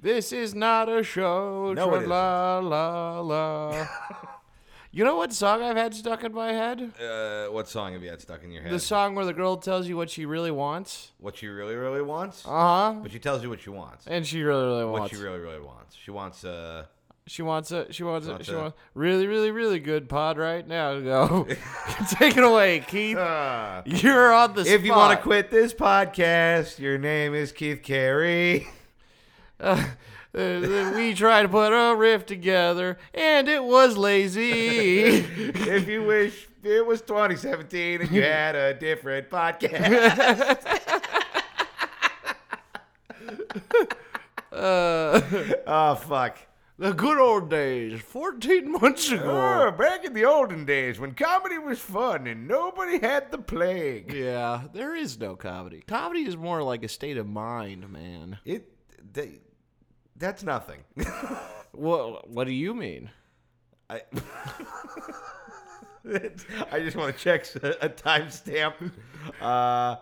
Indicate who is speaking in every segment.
Speaker 1: This is not a show.
Speaker 2: No, it isn't.
Speaker 1: la la la. you know what song I've had stuck in my head?
Speaker 2: Uh, what song have you had stuck in your head?
Speaker 1: The song where the girl tells you what she really wants.
Speaker 2: what she really, really wants?
Speaker 1: Uh huh.
Speaker 2: but she tells you what she wants.
Speaker 1: And she really, really wants.
Speaker 2: Uh-huh. What she really, really wants. She wants, uh,
Speaker 1: She wants a she wants a
Speaker 2: Wants
Speaker 1: she
Speaker 2: a-
Speaker 1: wants really really really good pod right now. Go take it away, Keith.
Speaker 2: uh,
Speaker 1: You're on the
Speaker 2: if you want
Speaker 1: spot.
Speaker 2: to quit this podcast, your name is Keith Carey.
Speaker 1: Uh, we tried to put a riff together and it was lazy.
Speaker 2: if you wish it was 2017 and you had a different podcast. oh, fuck.
Speaker 1: Uh, the good old days, 14 months
Speaker 2: Oh,
Speaker 1: ago.
Speaker 2: back in the olden days when comedy was fun and nobody had the plague.
Speaker 1: yeah, there is no comedy. Comedy is more like a state of mind, man.
Speaker 2: It, they, that's nothing.
Speaker 1: What what do you mean?
Speaker 2: I, I just want to check a, a timestamp. Uh,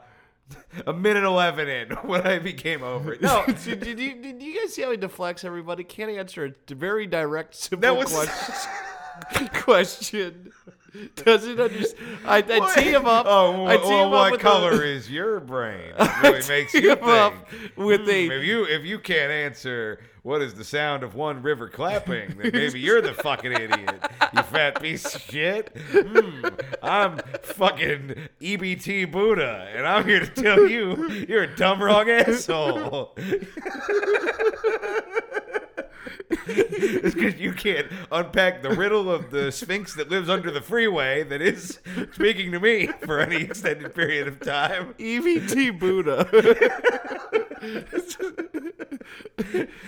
Speaker 2: a minute 11 in when I became over it. No,
Speaker 1: did, did you did you guys see how he deflects everybody? Can't answer a d- very direct simple
Speaker 2: that was.
Speaker 1: question. question. Doesn't understand. I, I tee him up.
Speaker 2: Oh,
Speaker 1: I
Speaker 2: well,
Speaker 1: tee
Speaker 2: well,
Speaker 1: him up
Speaker 2: what
Speaker 1: with
Speaker 2: color
Speaker 1: a,
Speaker 2: is your brain? It really makes
Speaker 1: tee
Speaker 2: you
Speaker 1: him up
Speaker 2: think. Hmm,
Speaker 1: with a-
Speaker 2: if you if you can't answer what is the sound of one river clapping, then maybe you're the fucking idiot. You fat piece of shit. Hmm, I'm fucking EBT Buddha, and I'm here to tell you you're a dumb wrong asshole. It's because you can't unpack the riddle of the Sphinx that lives under the freeway that is speaking to me for any extended period of time.
Speaker 1: EVT E Buddha.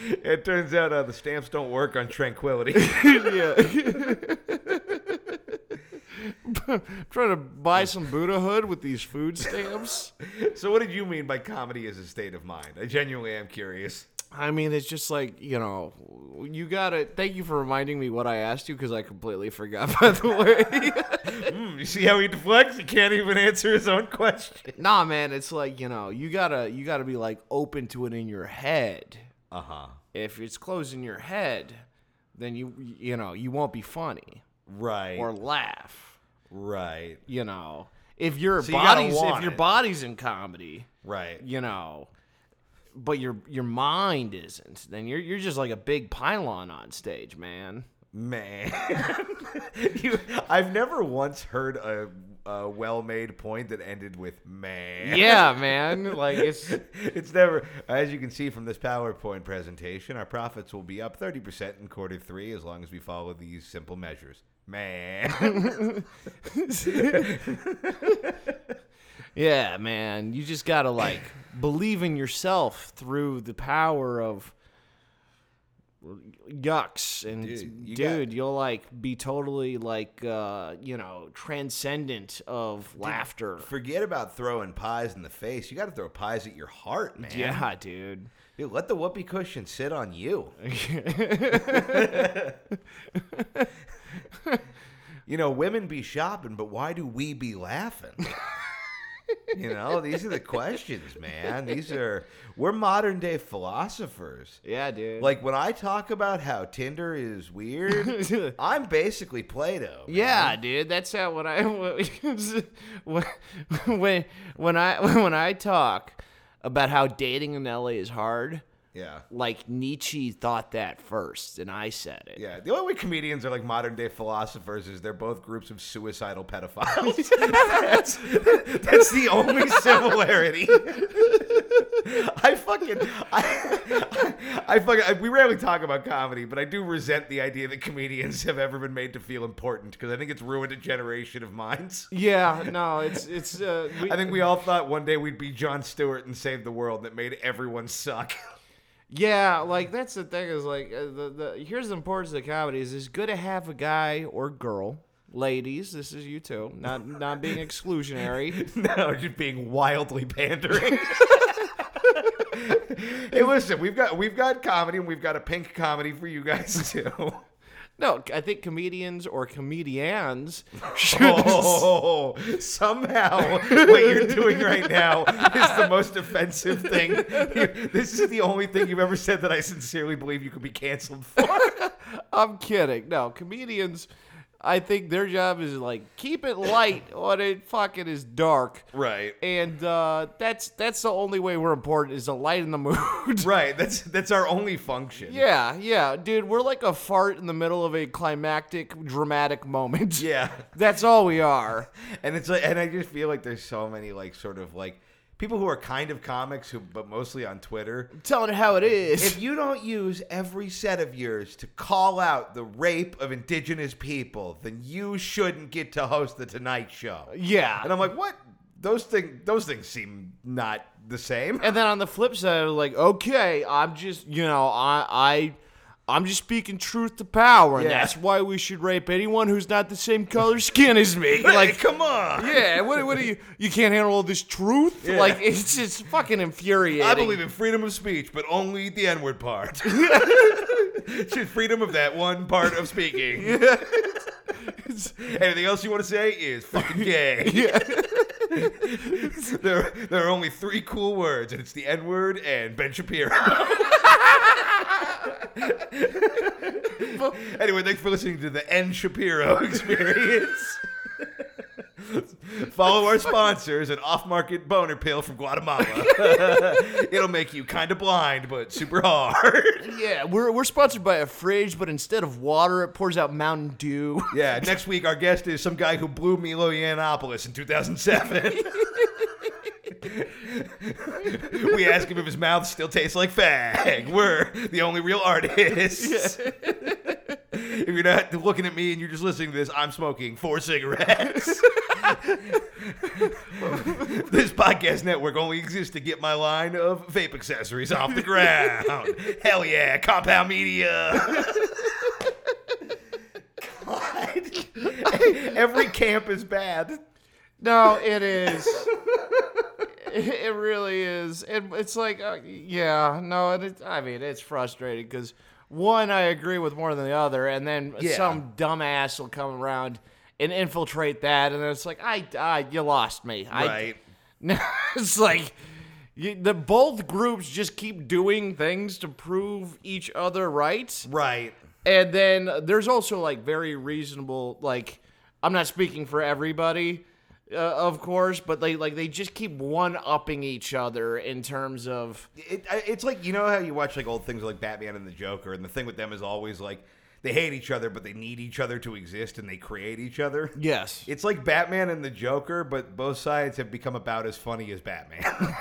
Speaker 2: It turns out uh, the stamps don't work on tranquility.
Speaker 1: Yeah. trying to buy some Buddha hood with these food stamps.
Speaker 2: so, what did you mean by comedy as a state of mind? I genuinely am curious.
Speaker 1: I mean, it's just like you know, you gotta. Thank you for reminding me what I asked you because I completely forgot. By the way.
Speaker 2: Hmm, you see how he deflects? He can't even answer his own question.
Speaker 1: Nah, man, it's like you know, you gotta you gotta be like open to it in your head.
Speaker 2: Uh
Speaker 1: Uh-huh.
Speaker 2: huh.
Speaker 1: If it's closed in your head, then you you know you won't be funny
Speaker 2: Right.
Speaker 1: or laugh.
Speaker 2: right.
Speaker 1: You know, if your
Speaker 2: So you gotta
Speaker 1: body's if
Speaker 2: want
Speaker 1: your
Speaker 2: it.
Speaker 1: body's in comedy,
Speaker 2: Right.
Speaker 1: you know, but your your mind isn't, then you're you're just like a big pylon on stage, man.
Speaker 2: Man, you, I've never once heard a, a well-made point that ended with "man."
Speaker 1: Yeah, man. Like it's
Speaker 2: it's never. As you can see from this PowerPoint presentation, our profits will be up thirty percent in quarter three as long as we follow these simple measures. Man,
Speaker 1: Yeah, man. You just gotta like believe in yourself through the power of yucks and
Speaker 2: Dude,
Speaker 1: dude,
Speaker 2: you
Speaker 1: you
Speaker 2: got-
Speaker 1: will like be totally like uh you know transcendent of laughter
Speaker 2: forget about throwing pies in the face. You got to throw pies at your heart, man.
Speaker 1: yeah dude
Speaker 2: Dude, let the whoopee cushion sit on you. you know, women be shopping, but why do we be laughing? you know, these are the questions, man. These are we're modern day philosophers.
Speaker 1: yeah dude
Speaker 2: Like when I talk about how Tinder is weird, I'm basically Plato. man.
Speaker 1: yeah dude that's how when i when when i when i talk about how dating in la is hard
Speaker 2: Yeah.
Speaker 1: like nietzsche thought that first and i said it
Speaker 2: Yeah, the only way comedians are like modern day philosophers is they're both groups of suicidal pedophiles. that's, that's the only similarity. I fucking, I, I fucking, I, we rarely talk about comedy, but I do resent the idea that comedians have ever been made to feel important because I think it's ruined a generation of minds.
Speaker 1: Yeah, no, it's it's. Uh, we,
Speaker 2: I think we all thought one day we'd be John Stewart and save the world that made everyone suck.
Speaker 1: yeah, like that's the thing is like uh, the, the here's the importance of comedy is it's good to have a guy or girl, ladies. This is you too. Not not being exclusionary.
Speaker 2: No, just being wildly pandering. hey, listen, we've got we've got comedy and we've got a pink comedy for you guys too.
Speaker 1: No, I think comedians or comedians should.
Speaker 2: Oh, somehow what you're doing right now is the most offensive thing. You- This is the only thing you've ever said that I sincerely believe you could be canceled for.
Speaker 1: I'm kidding. No, comedians. I think their job is like keep it light when it fucking is dark.
Speaker 2: Right.
Speaker 1: And uh, that's that's the only way we're important is to lighten the mood.
Speaker 2: Right. That's that's our only function.
Speaker 1: yeah, yeah, dude, we're like a fart in the middle of a climactic, dramatic moment.
Speaker 2: Yeah.
Speaker 1: that's all we are.
Speaker 2: And it's like, and I just feel like there's so many like sort of like people who are kind of comics who, but mostly on Twitter.
Speaker 1: Telling it how it is.
Speaker 2: If you don't use every set of yours to call out the rape of indigenous people, then you shouldn't get to host the Tonight Show.
Speaker 1: yeah.
Speaker 2: And I'm like, what? Those thing, those things seem not the same.
Speaker 1: And then on the flip side, I was like, okay, I'm just, you know, I, I, I'm just speaking truth to power, and
Speaker 2: Yeah.
Speaker 1: that's why we should rape anyone who's not the same color skin as me.
Speaker 2: Like,
Speaker 1: Like,
Speaker 2: come on.
Speaker 1: yeah, what, what are you? You can't handle all this truth?
Speaker 2: Yeah.
Speaker 1: Like, it's just fucking infuriating.
Speaker 2: I believe in freedom of speech, but only the N-word part. Just freedom of that one part of speaking. Anything else you want to say is fucking gay.
Speaker 1: Yeah.
Speaker 2: there, there are only three cool words, and it's the N-word and Ben Shapiro. anyway, thanks for listening to the N Shapiro experience. Follow our sponsors, an off-market boner pill from Guatemala. It'll make you kind of blind, but super hard.
Speaker 1: Yeah, we're, we're sponsored by a fridge, but instead of water, it pours out Mountain Dew.
Speaker 2: Yeah, next week our guest is some guy who blew Milo Yiannopoulos in 2007. we ask him if his mouth still tastes like fag. We're the only real artists. if you're not looking at me and you're just listening to this, I'm smoking four cigarettes. this podcast network only exists to get my line of vape accessories off the ground. Hell yeah, Compound Media. Every camp is bad.
Speaker 1: No, it is. it really is. And it's like, uh, yeah, no, and it, I mean, it's frustrating because one, I agree with more than the other, and then
Speaker 2: Yeah.
Speaker 1: some dumbass will come around and infiltrate that, and then it's like, I, I you lost me.
Speaker 2: Right.
Speaker 1: I, it's like. You, the both groups just keep doing things to prove each other right.
Speaker 2: Right.
Speaker 1: And then there's also like very reasonable like I'm not speaking for everybody, uh, of course, but they like they just keep one upping each other in terms of
Speaker 2: It, I- it's like you know how you watch like old things like Batman and the Joker, and the thing with them is always like they hate each other, but they need each other to exist, and they create each other.
Speaker 1: yes.
Speaker 2: It's like Batman and the Joker, but both sides have become about as funny as Batman.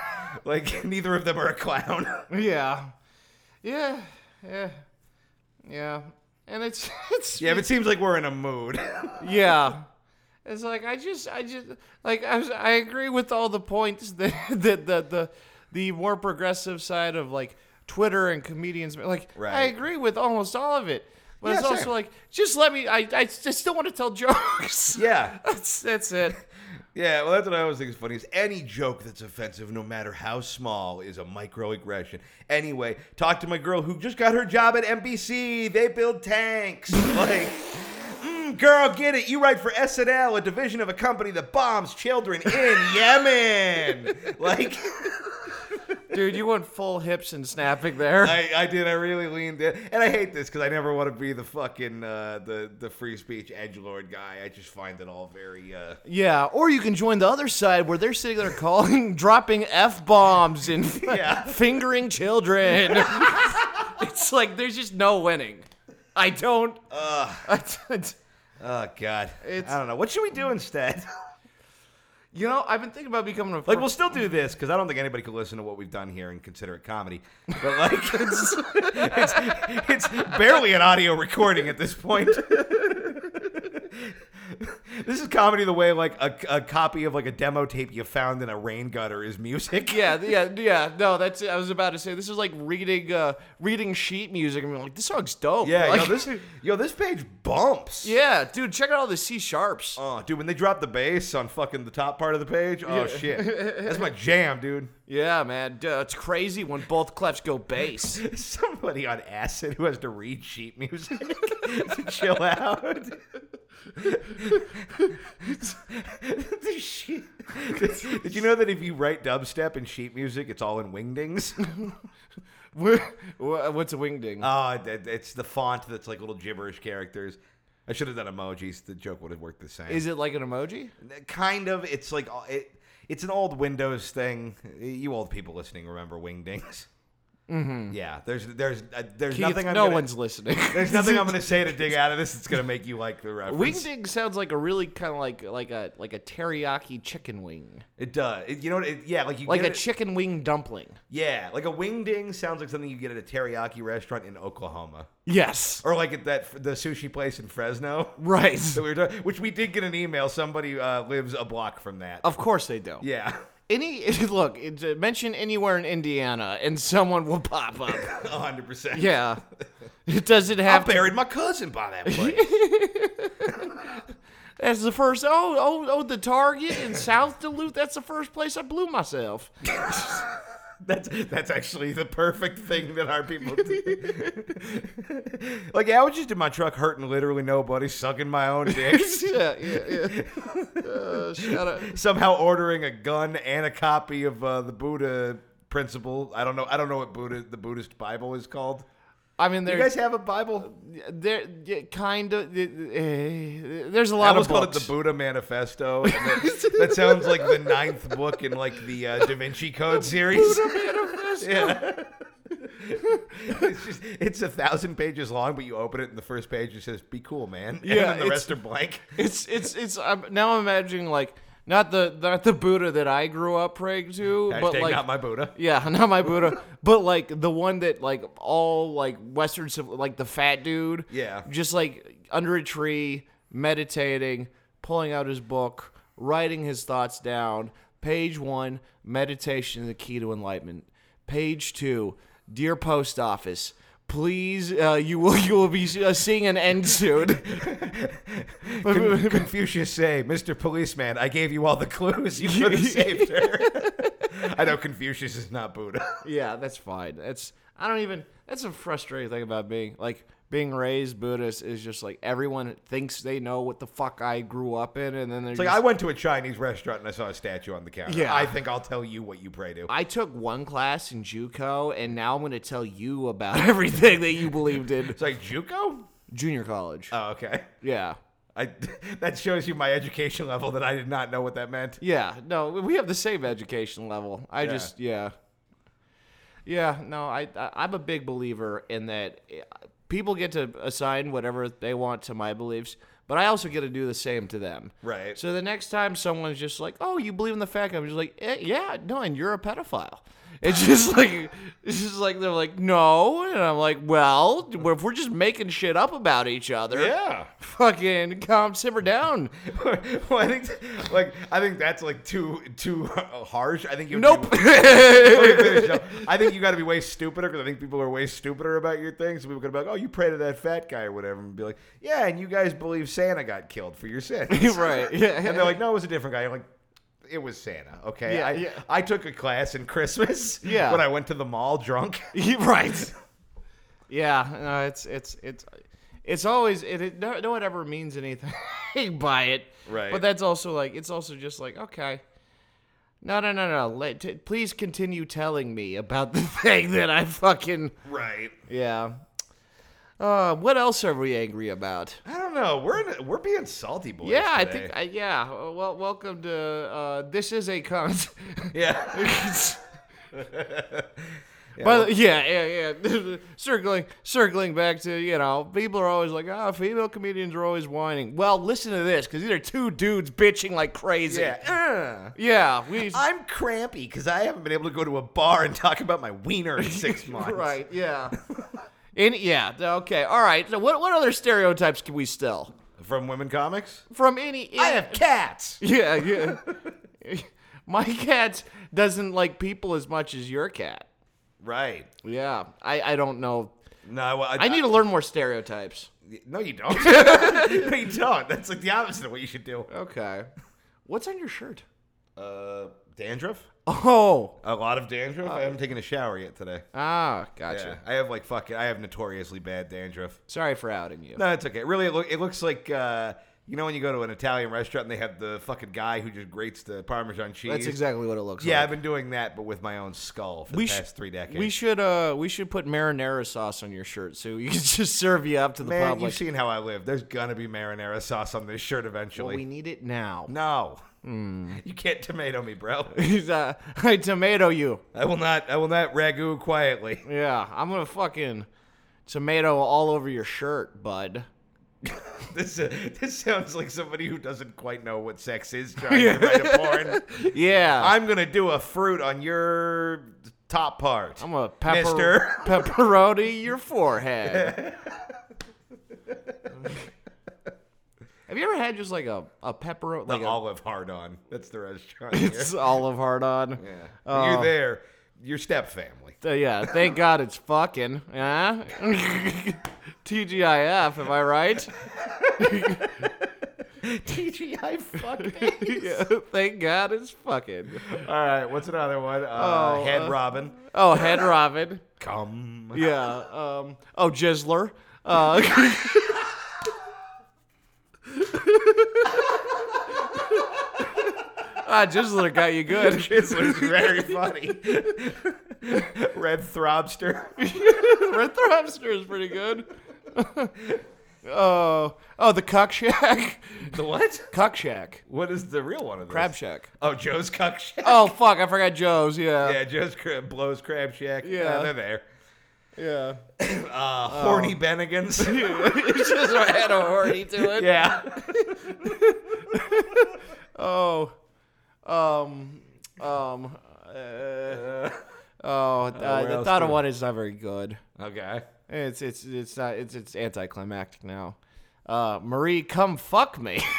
Speaker 2: like neither of them are a clown.
Speaker 1: Yeah. Yeah. Yeah. Yeah. And it's it's
Speaker 2: yeah, but it seems like we're in a mood.
Speaker 1: yeah. It's like I just I just like I was, I agree with all the points that that the the the more progressive side of like Twitter and comedians like I
Speaker 2: Right.
Speaker 1: agree with almost all of it. But
Speaker 2: Yeah,
Speaker 1: it's also
Speaker 2: same.
Speaker 1: like just let me I I just still want to tell jokes.
Speaker 2: yeah.
Speaker 1: That's that's it.
Speaker 2: Yeah, well, that's what I always think is funny is any joke that's offensive, no matter how small, is a microaggression. Anyway, talk to my girl who just got her job at NBC. They build tanks. like, mm, girl, get it. You write for SNL, a division of a company that bombs children in Yemen. Like,
Speaker 1: Dude, you went full hips and snapping there.
Speaker 2: I, I did. I really leaned in, and I hate this because I never want to be the fucking uh, the the free speech edge lord guy. I just find it all very. Uh,
Speaker 1: yeah, or you can join the other side where they're sitting there calling, dropping f bombs and
Speaker 2: Yeah.
Speaker 1: fingering children. it's like there's just no winning. I don't. I don't-
Speaker 2: oh God,
Speaker 1: It's-
Speaker 2: I don't know. What should we do instead?
Speaker 1: you know, I've been thinking about becoming a
Speaker 2: Like we'll still do this because I don't think anybody could listen to what we've done here and consider it comedy. But like, it's, it's, it's barely an audio recording at this point. This is comedy the way like a, a copy of like a demo tape you found in a rain gutter is music.
Speaker 1: Yeah, th- yeah, yeah. No, that's. I was about to say this is like reading, uh, reading sheet music. and being like, this song's dope.
Speaker 2: Yeah,
Speaker 1: like,
Speaker 2: yo, this yo, this page bumps.
Speaker 1: Yeah, dude, check out all the C sharps.
Speaker 2: Oh, dude, when they drop the bass on fucking the top part of the page, oh shit, that's my jam, dude.
Speaker 1: yeah, man, duh, it's crazy when both clefs go bass.
Speaker 2: Somebody on acid who has to read sheet music to chill out. The sheet- Did you know that if you write dubstep and sheet music, it's all in wingdings?
Speaker 1: Mm-hmm. Wha- What's a wingding?
Speaker 2: Oh, it- it- it's the font that's like little gibberish characters. I should have done emojis. The joke would have worked the same.
Speaker 1: Is it like an emoji?
Speaker 2: kind of. It's like uh, it. It's an old Windows thing. You old people listening remember wingdings. Mm-hmm. Yeah, there's there's uh, there's
Speaker 1: Keith,
Speaker 2: nothing. I'm
Speaker 1: no
Speaker 2: gonna,
Speaker 1: one's listening.
Speaker 2: There's nothing I'm gonna say to dig out of this. It's gonna make you like the reference.
Speaker 1: Wingding sounds like a really kind of like like a like a teriyaki chicken wing,
Speaker 2: It does. It, you know what? It, yeah, like you
Speaker 1: like
Speaker 2: get
Speaker 1: a
Speaker 2: it-
Speaker 1: chicken wing dumpling.
Speaker 2: yeah, like a wingding sounds like something you get at a teriyaki restaurant in Oklahoma,
Speaker 1: Yes,
Speaker 2: or like at that the sushi place in Fresno.
Speaker 1: right.
Speaker 2: that we were talking, which we did get an email. Somebody uh, lives a block from that.
Speaker 1: Of course they do.
Speaker 2: yeah.
Speaker 1: Any look, it's, uh, mention anywhere in Indiana, and someone will pop up.
Speaker 2: a 100%.
Speaker 1: yeah, it doesn't
Speaker 2: I
Speaker 1: have to
Speaker 2: buried my cousin by that place.
Speaker 1: That's the first. Oh, oh, oh, the Target in South Duluth. That's the first place I blew myself.
Speaker 2: that's that's actually the perfect thing that our people do. like I was just in my truck hurting literally nobody, sucking my own dick,
Speaker 1: yeah, yeah, yeah. Uh, shout out.
Speaker 2: somehow ordering a gun and a copy of uh, the Buddha principle. I don't know. I don't know what Buddha the Buddhist Bible is called.
Speaker 1: I mean,
Speaker 2: You
Speaker 1: there,
Speaker 2: guys have a Bible?
Speaker 1: there, yeah, kind of. eh, eh, There's a
Speaker 2: I
Speaker 1: lot of
Speaker 2: almost called it
Speaker 1: books.
Speaker 2: the Buddha Manifesto. and that, that sounds like the ninth book in like the uh, Da Vinci Code series. Yeah. it's just it's a thousand pages long, but you open it and the first page it says "Be cool, man," and
Speaker 1: Yeah,
Speaker 2: then the
Speaker 1: it's-
Speaker 2: rest are blank.
Speaker 1: it's, it's, it's. I'm, now I'm imagining like not the not the Buddha that I grew up praying to, but
Speaker 2: Hashtag
Speaker 1: like
Speaker 2: not my Buddha.
Speaker 1: Yeah, not my Buddha, but like the one that like all like Western civ- like the fat dude.
Speaker 2: Yeah.
Speaker 1: Just like under a tree, meditating, pulling out his book, writing his thoughts down. Page one, meditation, the key to enlightenment. Page two, dear post office. Please, uh, you will you will be uh, seeing an end soon.
Speaker 2: Con- Confucius say, "Mr. Policeman, I gave you all the clues. You could have saved her." I know Confucius is not Buddha.
Speaker 1: yeah, that's fine. That's I don't even. That's a frustrating thing about being like being raised Buddhist is just like everyone thinks they know what the fuck I grew up in, and then they're
Speaker 2: It's like I went to a Chinese restaurant and I saw a statue on the counter.
Speaker 1: Yeah.
Speaker 2: I think I'll tell you what you pray to.
Speaker 1: I took one class in JUCO, and now I'm going to tell you about everything that you believed in
Speaker 2: It's like JUCO.
Speaker 1: junior college.
Speaker 2: Oh, okay.
Speaker 1: yeah,
Speaker 2: I that shows you my education level that I did not know what that meant.
Speaker 1: yeah. No, we have the same education level. I
Speaker 2: Yeah.
Speaker 1: just yeah, yeah. No, I, I I'm a big believer in that. eh, People get to assign whatever they want to my beliefs, but I also get to do the same to them.
Speaker 2: Right.
Speaker 1: So the next time someone's just like, "Oh, you believe in the fact," I'm just like, eh, "Yeah, no, and you're a pedophile." It's just like it's just like they're like, "No," and I'm like, "Well, if we're just making shit up about each other,
Speaker 2: Yeah.
Speaker 1: fucking calm, simmer down."
Speaker 2: well, I think like I think that's like too too uh, harsh. I think you
Speaker 1: Nope.
Speaker 2: Wait, finish up. I think you got to be way stupider because I think people are way stupider about your things. So people could be like, "Oh, you pray to that fat guy or whatever," and be like, "Yeah," and you guys believe Santa got killed for your sins,
Speaker 1: Right, yeah.
Speaker 2: And they're like, "No, it was a different guy." I'm like. It was Santa, okay.
Speaker 1: Yeah,
Speaker 2: I,
Speaker 1: yeah.
Speaker 2: I took a class in Christmas.
Speaker 1: Yeah.
Speaker 2: when I went to the mall drunk.
Speaker 1: right. Yeah, no, it's it's it's it's always it, it no, no one ever means anything by it.
Speaker 2: Right.
Speaker 1: But that's also like it's also just like okay. No, no, no, no. Let, t- please continue telling me about the thing that I fucking
Speaker 2: Right.
Speaker 1: yeah. Uh, what else are we angry about?
Speaker 2: I don't know. We're in, we're being salty boys.
Speaker 1: Yeah, I
Speaker 2: today.
Speaker 1: think I, yeah. Uh, Well, welcome to uh, this is a con.
Speaker 2: yeah.
Speaker 1: But yeah, yeah, yeah. circling, circling back to you know, people are always like, ah, female comedians are always whining. Well, listen to this, because these are two dudes bitching like crazy.
Speaker 2: Yeah. Uh,
Speaker 1: yeah, we.
Speaker 2: I'm crampy because I haven't been able to go to a bar and talk about my wiener in six months.
Speaker 1: Right. Yeah. And yeah. th- Okay. All right. So what what other stereotypes can we still?
Speaker 2: From women comics?
Speaker 1: from any.
Speaker 2: I have cats.
Speaker 1: Yeah, yeah. My cat doesn't like people as much as your cat.
Speaker 2: Right.
Speaker 1: Yeah, I, I don't know.
Speaker 2: No, well,
Speaker 1: I need to learn more stereotypes.
Speaker 2: No, you don't. no, you don't. That's like the opposite of what you should do.
Speaker 1: Okay. What's on your shirt?
Speaker 2: Uh, dandruff.
Speaker 1: Oh.
Speaker 2: A lot of dandruff. I haven't taken a shower yet today.
Speaker 1: Ah, gotcha.
Speaker 2: Yeah, I have like fucking. I have notoriously bad dandruff.
Speaker 1: Sorry for outing you.
Speaker 2: No, it's okay. Really, it, look, it looks like uh, you know when you go to an Italian restaurant and they have the fucking guy who just grates the Parmesan cheese.
Speaker 1: That's exactly what it looks
Speaker 2: Yeah, I've
Speaker 1: like.
Speaker 2: been doing that, but with my own skull for
Speaker 1: We
Speaker 2: the
Speaker 1: sh-
Speaker 2: past three decades.
Speaker 1: we should uh we should put marinara sauce on your shirt so you can just serve you up to the
Speaker 2: Man,
Speaker 1: public.
Speaker 2: you've seen how I live. There's gonna be marinara sauce on this shirt eventually.
Speaker 1: Well, we Hmm. need it now.
Speaker 2: no, you can't tomato me, bro.
Speaker 1: Uh, I tomato you.
Speaker 2: I will not. I will not ragu quietly.
Speaker 1: Yeah, I'm gonna fucking tomato all over your shirt, bud.
Speaker 2: This uh, this sounds like somebody who doesn't quite know what sex is trying to write a porn.
Speaker 1: Yeah,
Speaker 2: I'm gonna do a fruit on your top part.
Speaker 1: I'm a pepper
Speaker 2: Mister.
Speaker 1: pepperoni your forehead. Have you ever had just like a a pepperoni
Speaker 2: the
Speaker 1: like a,
Speaker 2: olive hard on. That's the restaurant. Here.
Speaker 1: it's olive hard on?
Speaker 2: yeah.
Speaker 1: Oh.
Speaker 2: You're there. Your step family.
Speaker 1: Uh, yeah, thank God it's fucking. Huh? TGIF, am I right?
Speaker 2: TGI fuck.
Speaker 1: yeah, thank God it's fucking.
Speaker 2: All right. What's another one? Uh,
Speaker 1: Oh,
Speaker 2: head
Speaker 1: uh,
Speaker 2: robin.
Speaker 1: Oh, Head Robin.
Speaker 2: Come.
Speaker 1: Yeah. Um, oh, Jizzler. Uh, ah, Jizzler got you good.
Speaker 2: Chisler's very funny. Red throbster.
Speaker 1: Red Lobster is pretty good. oh, oh, the Cuck Shack.
Speaker 2: The what?
Speaker 1: Cuck Shack.
Speaker 2: What is the real one of those?
Speaker 1: Crab Shack.
Speaker 2: Oh, Joe's Cuck Shack.
Speaker 1: Oh, fuck, I forgot Joe's. Yeah.
Speaker 2: Yeah, Joe's crab blows Crab Shack.
Speaker 1: Yeah. Um,
Speaker 2: Uh, they're there.
Speaker 1: Yeah.
Speaker 2: Uh, horny Bennigan's.
Speaker 1: it's just I had a horny to it.
Speaker 2: yeah.
Speaker 1: Oh, um, um, uh, oh, uh,
Speaker 2: where
Speaker 1: the
Speaker 2: else
Speaker 1: thought
Speaker 2: do
Speaker 1: of
Speaker 2: we-
Speaker 1: one is not very good.
Speaker 2: Okay.
Speaker 1: It's it's it's not it's it's anticlimactic now. Uh, Marie, come fuck me.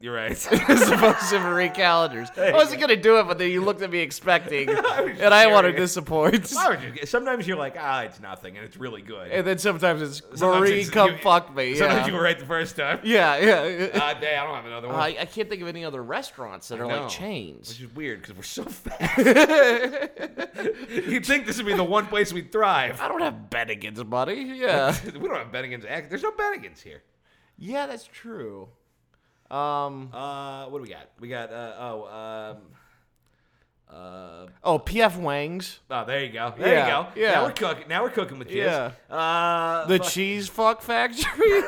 Speaker 2: You're right.
Speaker 1: As opposed to Marie Callender's. I wasn't gonna do it, but then you looked at me expecting,
Speaker 2: was
Speaker 1: and I want to
Speaker 2: curious.
Speaker 1: disappoint.
Speaker 2: Why would you get- Sometimes you're like, ah, it's nothing, and it's really good.
Speaker 1: And then sometimes it's
Speaker 2: Sometimes
Speaker 1: Marie,
Speaker 2: it's-
Speaker 1: come
Speaker 2: you-
Speaker 1: fuck me. Yeah.
Speaker 2: Sometimes you were right the first time.
Speaker 1: yeah, yeah.
Speaker 2: Uh, day, I don't have another one.
Speaker 1: I, I can't think of any other restaurants that are
Speaker 2: No.
Speaker 1: like chains.
Speaker 2: Which is weird because we're so fat. You'd think this would be the one place we'd thrive.
Speaker 1: I don't have Bennigan's, buddy. Yeah.
Speaker 2: we don't have Bennigans. Act. There's no Bennigans here.
Speaker 1: yeah, that's true. Um.
Speaker 2: Uh, what do we got? We got uh, oh um, uh,
Speaker 1: Oh, P.F. Wang's.
Speaker 2: oh there you go. There
Speaker 1: Yeah,
Speaker 2: you go.
Speaker 1: yeah.
Speaker 2: Now we're cooking. Now we're cooking with kids.
Speaker 1: Yeah.
Speaker 2: Uh,
Speaker 1: The
Speaker 2: the,
Speaker 1: Cheese Fuck Factory.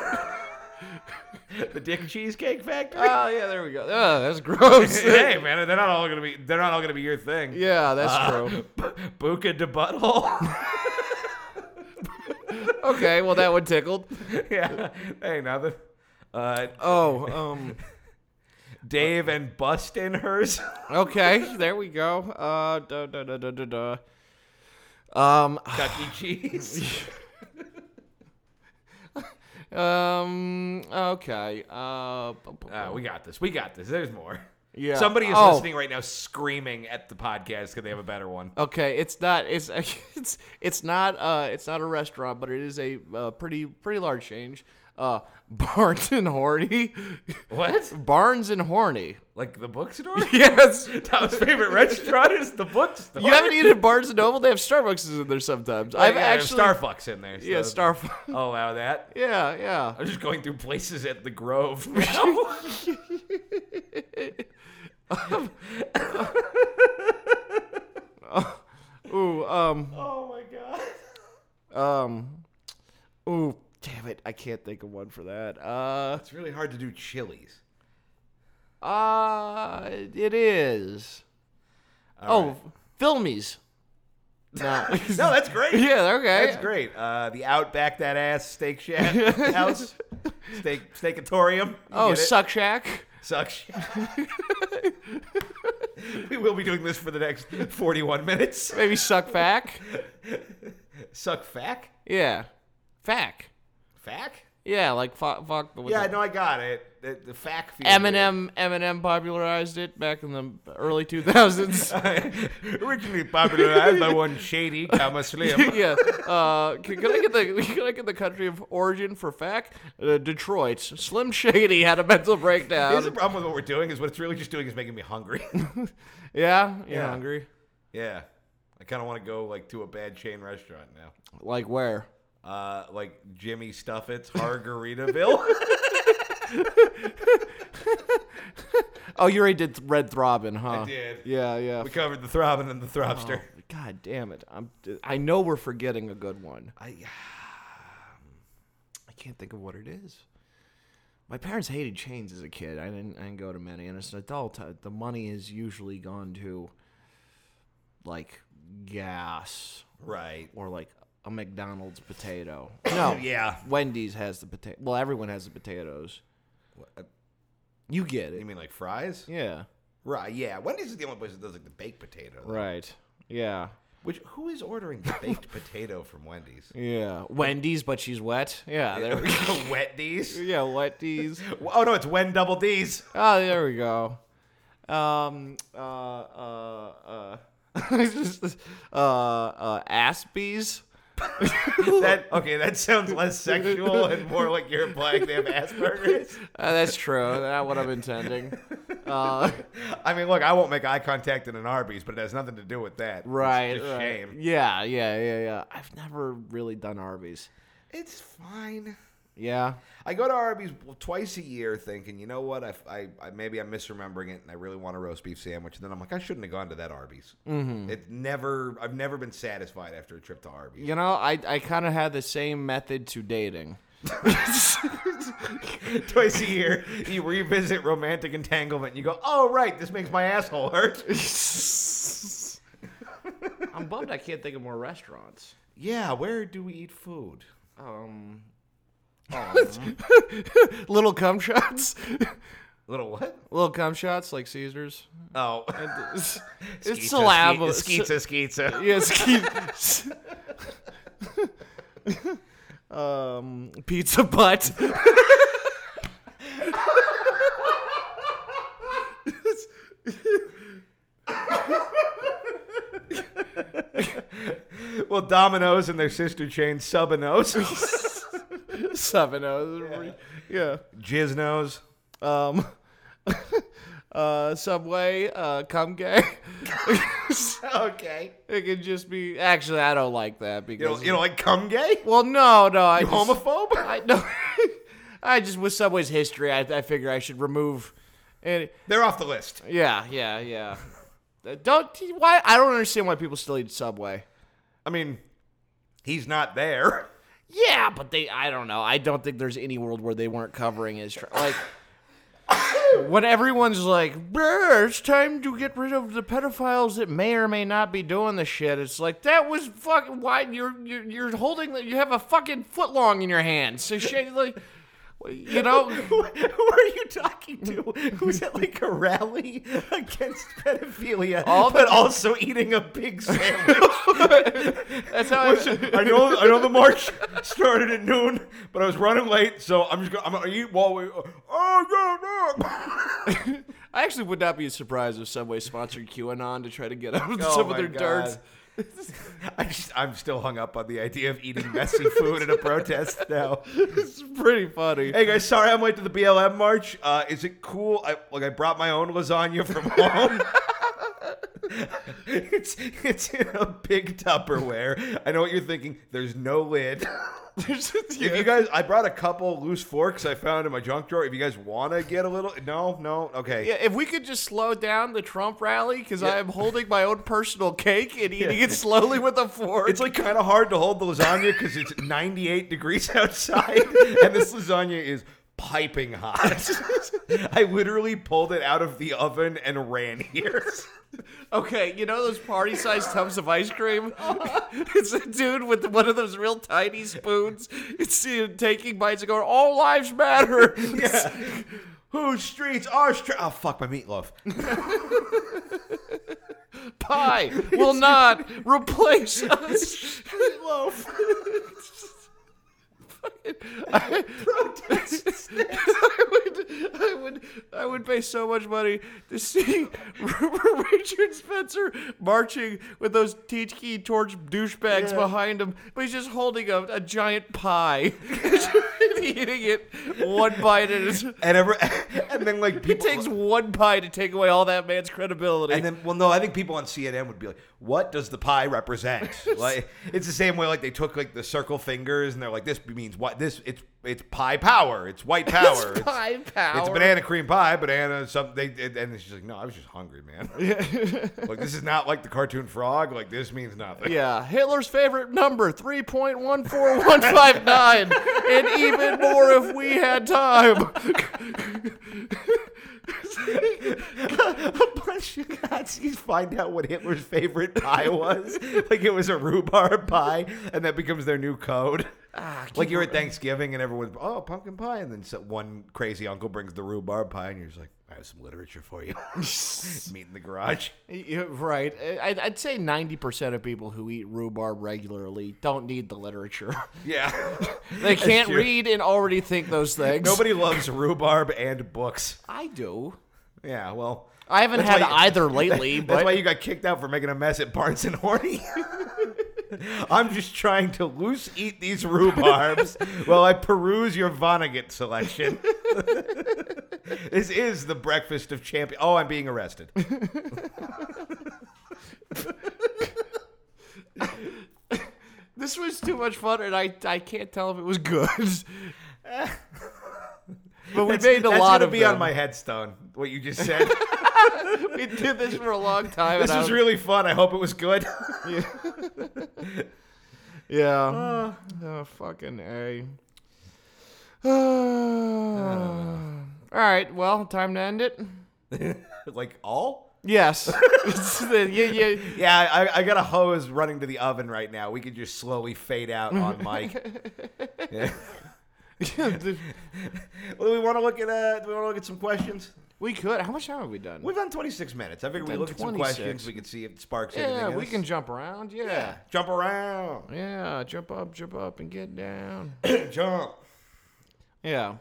Speaker 2: the Dick Cheesecake Factory.
Speaker 1: oh, yeah, there we go. Oh, that's gross.
Speaker 2: hey man, they're not all gonna be. They're not all gonna be your thing.
Speaker 1: yeah, that's
Speaker 2: Uh,
Speaker 1: true.
Speaker 2: B- Buka de butthole.
Speaker 1: Okay, well, that one tickled.
Speaker 2: yeah. Hey, nothing. Uh,
Speaker 1: Oh, um.
Speaker 2: Dave and Bustin hers.
Speaker 1: Okay, there we go. Uh, da, da, da, da, da, da. Um,
Speaker 2: Chuck E. Cheese.
Speaker 1: um, okay. Uh, bu- bu-
Speaker 2: Uh, we got this. We got this. There's more.
Speaker 1: Yeah.
Speaker 2: Somebody is
Speaker 1: Oh.
Speaker 2: listening right now, screaming at the podcast because they have a better one.
Speaker 1: Okay, it's not it's it's it's not uh it's not a restaurant, but it is a uh, pretty pretty large change. Uh, Barnes and Horny,
Speaker 2: What?
Speaker 1: Barnes and Horny.
Speaker 2: Like the bookstore?
Speaker 1: Yes,
Speaker 2: Tom's favorite restaurant is the bookstore. Oh,
Speaker 1: you haven't eaten at Barnes and Noble. They have Starbucks in there sometimes. I've actually
Speaker 2: Starbucks in there. So
Speaker 1: yeah Star.
Speaker 2: I'll allow that.
Speaker 1: Yeah, yeah.
Speaker 2: I'm just going through places at the Grove. now.
Speaker 1: Ooh, um,
Speaker 2: oh my god.
Speaker 1: um, ooh, damn it, I can't think of one for that. Uh,
Speaker 2: It's really hard to do chilies.
Speaker 1: uh, it is.
Speaker 2: All right.
Speaker 1: Oh, Filmies. No.
Speaker 2: no, that's great.
Speaker 1: yeah, okay.
Speaker 2: That's great. Uh, the Outback, that ass steak shack house, steak steakatorium. You
Speaker 1: Oh,
Speaker 2: get it?
Speaker 1: Suck Shack.
Speaker 2: Sucks. we will be doing this for the next 41 minutes.
Speaker 1: Maybe Suck Fack.
Speaker 2: Suck fack?
Speaker 1: Yeah. Fack.
Speaker 2: Fack?
Speaker 1: Yeah, like fuck, fuck but with
Speaker 2: Yeah,
Speaker 1: the-
Speaker 2: no, I got it. The, the fact field.
Speaker 1: Eminem Eminem popularized it back in the early 2000s.
Speaker 2: Originally popularized by one shady, comma slim.
Speaker 1: yeah. Uh, can, can I get the can I get the country of origin for fact? Uh, Detroit. Slim Shady had a mental
Speaker 2: Here's the
Speaker 1: breakdown.
Speaker 2: problem with what we're doing is what it's really just doing is making me hungry.
Speaker 1: yeah, you're
Speaker 2: Yeah.
Speaker 1: hungry.
Speaker 2: yeah, I kind of want to go like to a bad chain restaurant now,
Speaker 1: Like where?
Speaker 2: uh, like Jimmy Stuffit's Margaritaville.
Speaker 1: Oh, you already did th- Red Throbbing, huh? I
Speaker 2: did.
Speaker 1: Yeah, yeah.
Speaker 2: we covered the throbbing and the throbster.
Speaker 1: Oh, God damn it! I'm. I know we're forgetting a good one.
Speaker 2: I
Speaker 1: I can't think of what it is. My parents hated chains as a kid. I didn't. I didn't go to many, and as an adult, uh, the money is usually gone to like gas
Speaker 2: right.
Speaker 1: or like a McDonald's potato. No,
Speaker 2: Yeah.
Speaker 1: Wendy's has the potato. Well, everyone has the potatoes.
Speaker 2: uh,
Speaker 1: You get
Speaker 2: You
Speaker 1: it.
Speaker 2: mean like fries?
Speaker 1: Yeah.
Speaker 2: Right. Yeah. Wendy's is the only place that does like the baked potato.
Speaker 1: Right. Yeah.
Speaker 2: Which who is ordering the baked potato from Wendy's?
Speaker 1: Yeah. Wendy's, but she's wet. Yeah. There we go.
Speaker 2: Wet D's.
Speaker 1: Yeah, Wendy's.
Speaker 2: Oh no, it's Wen Double D's.
Speaker 1: Oh, there we go. Um, uh, uh, uh, just, uh, uh, Aspies.
Speaker 2: That okay? That sounds less sexual and more like you're implying they have Asperger's.
Speaker 1: Uh, that's true. Not what I'm intending. Uh,
Speaker 2: I mean, look, I won't make eye contact in an Arby's, but it has nothing to do with that. It's
Speaker 1: right.
Speaker 2: just
Speaker 1: right.
Speaker 2: shame.
Speaker 1: Yeah, yeah, yeah, yeah. I've never really done Arby's.
Speaker 2: It's fine.
Speaker 1: Yeah.
Speaker 2: I go to Arby's twice a year, thinking, you know what? I, I, I maybe I'm misremembering it, and I really want a roast beef sandwich. And then I'm like, I shouldn't have gone to that Arby's. Mm-hmm. It never. I've never been satisfied after a trip to Arby's.
Speaker 1: You know, I, I kind of had the same method to dating.
Speaker 2: twice a year, you revisit romantic entanglement. And you go, oh right, this makes my asshole hurt.
Speaker 1: I'm bummed I can't think of more restaurants.
Speaker 2: yeah, where do we eat food?
Speaker 1: Um, little cum shots,
Speaker 2: Little what?
Speaker 1: little cum shots like Caesars.
Speaker 2: Oh,
Speaker 1: It's,
Speaker 2: Skeetsa,
Speaker 1: it's syllable.
Speaker 2: ske- Skeetsa, skeetsa.
Speaker 1: Yeah, skeet. um, pizza butt.
Speaker 2: Well, Domino's and their sister chain Subanos,
Speaker 1: Seven O's. Yeah.
Speaker 2: Jiznos.
Speaker 1: Um. Uh, Subway, uh, cum gay.
Speaker 2: Okay.
Speaker 1: it could just be. Actually, I don't like that
Speaker 2: You know,
Speaker 1: because.
Speaker 2: you know, like cum gay.
Speaker 1: well, no, no. I just,
Speaker 2: Homophobe.
Speaker 1: I no, I just with Subway's history, I, I figure I should remove. it.
Speaker 2: They're off the list.
Speaker 1: yeah, yeah, yeah. Uh, Don't why I don't understand why people still eat Subway.
Speaker 2: I mean, he's not there.
Speaker 1: Yeah, but they I don't know. I don't think there's any world where they weren't covering his tra- like. When everyone's like, "Brr, it's time to get rid of the pedophiles that may or may not be doing the shit. It's like that was fucking why you're you're, you're holding the- you have a fucking foot long in your hand. So shit, like, you know,
Speaker 2: Who, who are you talking to? Who's at like a rally against pedophilia,
Speaker 1: All the-
Speaker 2: but also eating a pig sandwich?
Speaker 1: that's how. I-
Speaker 2: I know, I know the march started at noon, but I was running late, so I'm just gonna, I'm gonna eat while we. Oh yeah, no.
Speaker 1: I actually would not be surprised if Subway sponsored QAnon to try to get out of
Speaker 2: Oh,
Speaker 1: some of
Speaker 2: my
Speaker 1: their
Speaker 2: God.
Speaker 1: dirt.
Speaker 2: I just, I'm still hung up on the idea of eating messy food at a protest now.
Speaker 1: It's pretty funny.
Speaker 2: Hey guys, sorry I'm late to the BLM march. Uh, is it cool? I, like I brought my own lasagna from home. it's it's in a big Tupperware. I know what you're thinking. There's no lid.
Speaker 1: There's-
Speaker 2: If you guys, I brought a couple loose forks I found in my junk drawer. If you guys want to get a little, no, no, okay.
Speaker 1: Yeah, if we could just slow down the Trump rally, because I am holding my own personal cake and eating it slowly with a fork.
Speaker 2: It's like kind of hard to hold the lasagna because it's 98 degrees outside, and this lasagna is piping hot. I literally pulled it out of the oven and ran here.
Speaker 1: okay, you know those party-sized tubs of ice cream? it's a dude with one of those real tiny spoons. It's you know, taking bites and going, "All lives matter."
Speaker 2: Yeah. Whose streets are str- Oh fuck my meatloaf.
Speaker 1: Pie will not replace us.
Speaker 2: meatloaf.
Speaker 1: fucking I,
Speaker 2: Protest
Speaker 1: I would, I would, I would pay so much money to see Richard Spencer marching with those tiki torch douchebags
Speaker 2: Yeah.
Speaker 1: behind him, but he's just holding a, a giant pie, and eating it one bite at a time.
Speaker 2: and ever and then like
Speaker 1: It
Speaker 2: people
Speaker 1: takes one pie to take away all that man's credibility.
Speaker 2: And then, well, no, I think people on CNN would be like, "What does the pie represent?" like, it's the same way like they took like the circle fingers, and they're like, "This means what? This it's it's pie power. It's white power.
Speaker 1: It's pie power.
Speaker 2: It's banana cream pie, banana something." They, and she's like, "No, I was just hungry, man. like this is not like the cartoon frog. Like this means nothing."
Speaker 1: Yeah, Hitler's favorite number, 3.14159. and even more if we had time.
Speaker 2: a bunch of Nazis find out what Hitler's favorite pie was. like it was a rhubarb pie, and that becomes their new code. like you're at Thanksgiving and everyone's oh pumpkin pie, and then so one crazy uncle brings the rhubarb pie, and you're just like, I have some literature for you. Meet in the garage.
Speaker 1: Yeah, right. I'd, I'd say 90% of people who eat rhubarb regularly don't need the literature.
Speaker 2: Yeah,
Speaker 1: They
Speaker 2: That's
Speaker 1: can't
Speaker 2: true.
Speaker 1: read and already think those things.
Speaker 2: Nobody loves rhubarb and books.
Speaker 1: I do.
Speaker 2: Yeah, well,
Speaker 1: I haven't
Speaker 2: That's
Speaker 1: had
Speaker 2: why you-
Speaker 1: either lately,
Speaker 2: that's
Speaker 1: but
Speaker 2: why you got kicked out for making a mess at Barnes and Horny. I'm just trying to loose eat these rhubarbs while I peruse your Vonnegut selection. this is the breakfast of champion. Oh, I'm being arrested.
Speaker 1: this was too much fun, and I, I can't tell if it was good. but we made a
Speaker 2: That's
Speaker 1: lot
Speaker 2: gonna
Speaker 1: of
Speaker 2: be
Speaker 1: them.
Speaker 2: on my headstone. What you just said.
Speaker 1: we did this for a long time.
Speaker 2: this
Speaker 1: and I
Speaker 2: was really fun. I hope it was good.
Speaker 1: Yeah.
Speaker 2: Uh.
Speaker 1: oh, fucking A.
Speaker 2: Uh.
Speaker 1: All right. Well, time to end it.
Speaker 2: like all.
Speaker 1: Yes. It's the- yeah, yeah.
Speaker 2: Yeah, I, I got a hose running to the oven right now. We could just slowly fade out on Mike. Yeah. Well, do we want to look at uh, do we want to look at some questions?
Speaker 1: we could. How much time have we done?
Speaker 2: We've done 26 minutes. I figured we
Speaker 1: done
Speaker 2: look at some
Speaker 1: 26.
Speaker 2: questions. We can see if it sparks
Speaker 1: yeah,
Speaker 2: anything.
Speaker 1: we
Speaker 2: else.
Speaker 1: can jump around. Yeah.
Speaker 2: Yeah, jump around,
Speaker 1: yeah. Jump up, jump up, and get down.
Speaker 2: jump.
Speaker 1: Yeah.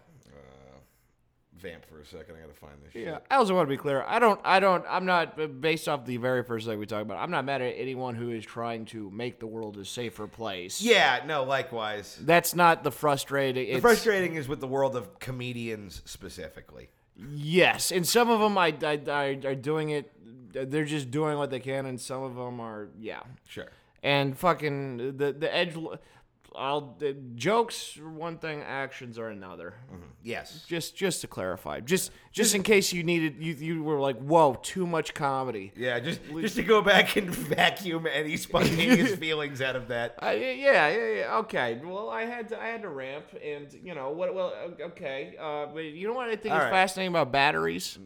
Speaker 2: Vamp for a second. I gotta find this.
Speaker 1: Yeah.
Speaker 2: shit.
Speaker 1: I also want to be clear. I don't. I don't. I'm not uh, based off the very first thing we talked about. I'm not mad at anyone who is trying to make the world a safer place.
Speaker 2: Yeah. No. Likewise.
Speaker 1: That's not the frustrating.
Speaker 2: The
Speaker 1: it's-
Speaker 2: frustrating is with the world of comedians specifically.
Speaker 1: Yes, and some of them I, I, I are doing it. They're just doing what they can, and some of them are yeah.
Speaker 2: Sure.
Speaker 1: And fucking the the edge. I'll the jokes are one thing, actions are another.
Speaker 2: Mm-hmm. Yes.
Speaker 1: Just just to clarify, just just in case you needed you you were like whoa too much comedy.
Speaker 2: Yeah. Just just to go back and vacuum any spontaneous feelings out of that.
Speaker 1: I, yeah, yeah, yeah. Okay. Well, I had to, I had to ramp, and you know what? Well, okay. Uh, but you know what I think
Speaker 2: All
Speaker 1: is
Speaker 2: right.
Speaker 1: fascinating about batteries?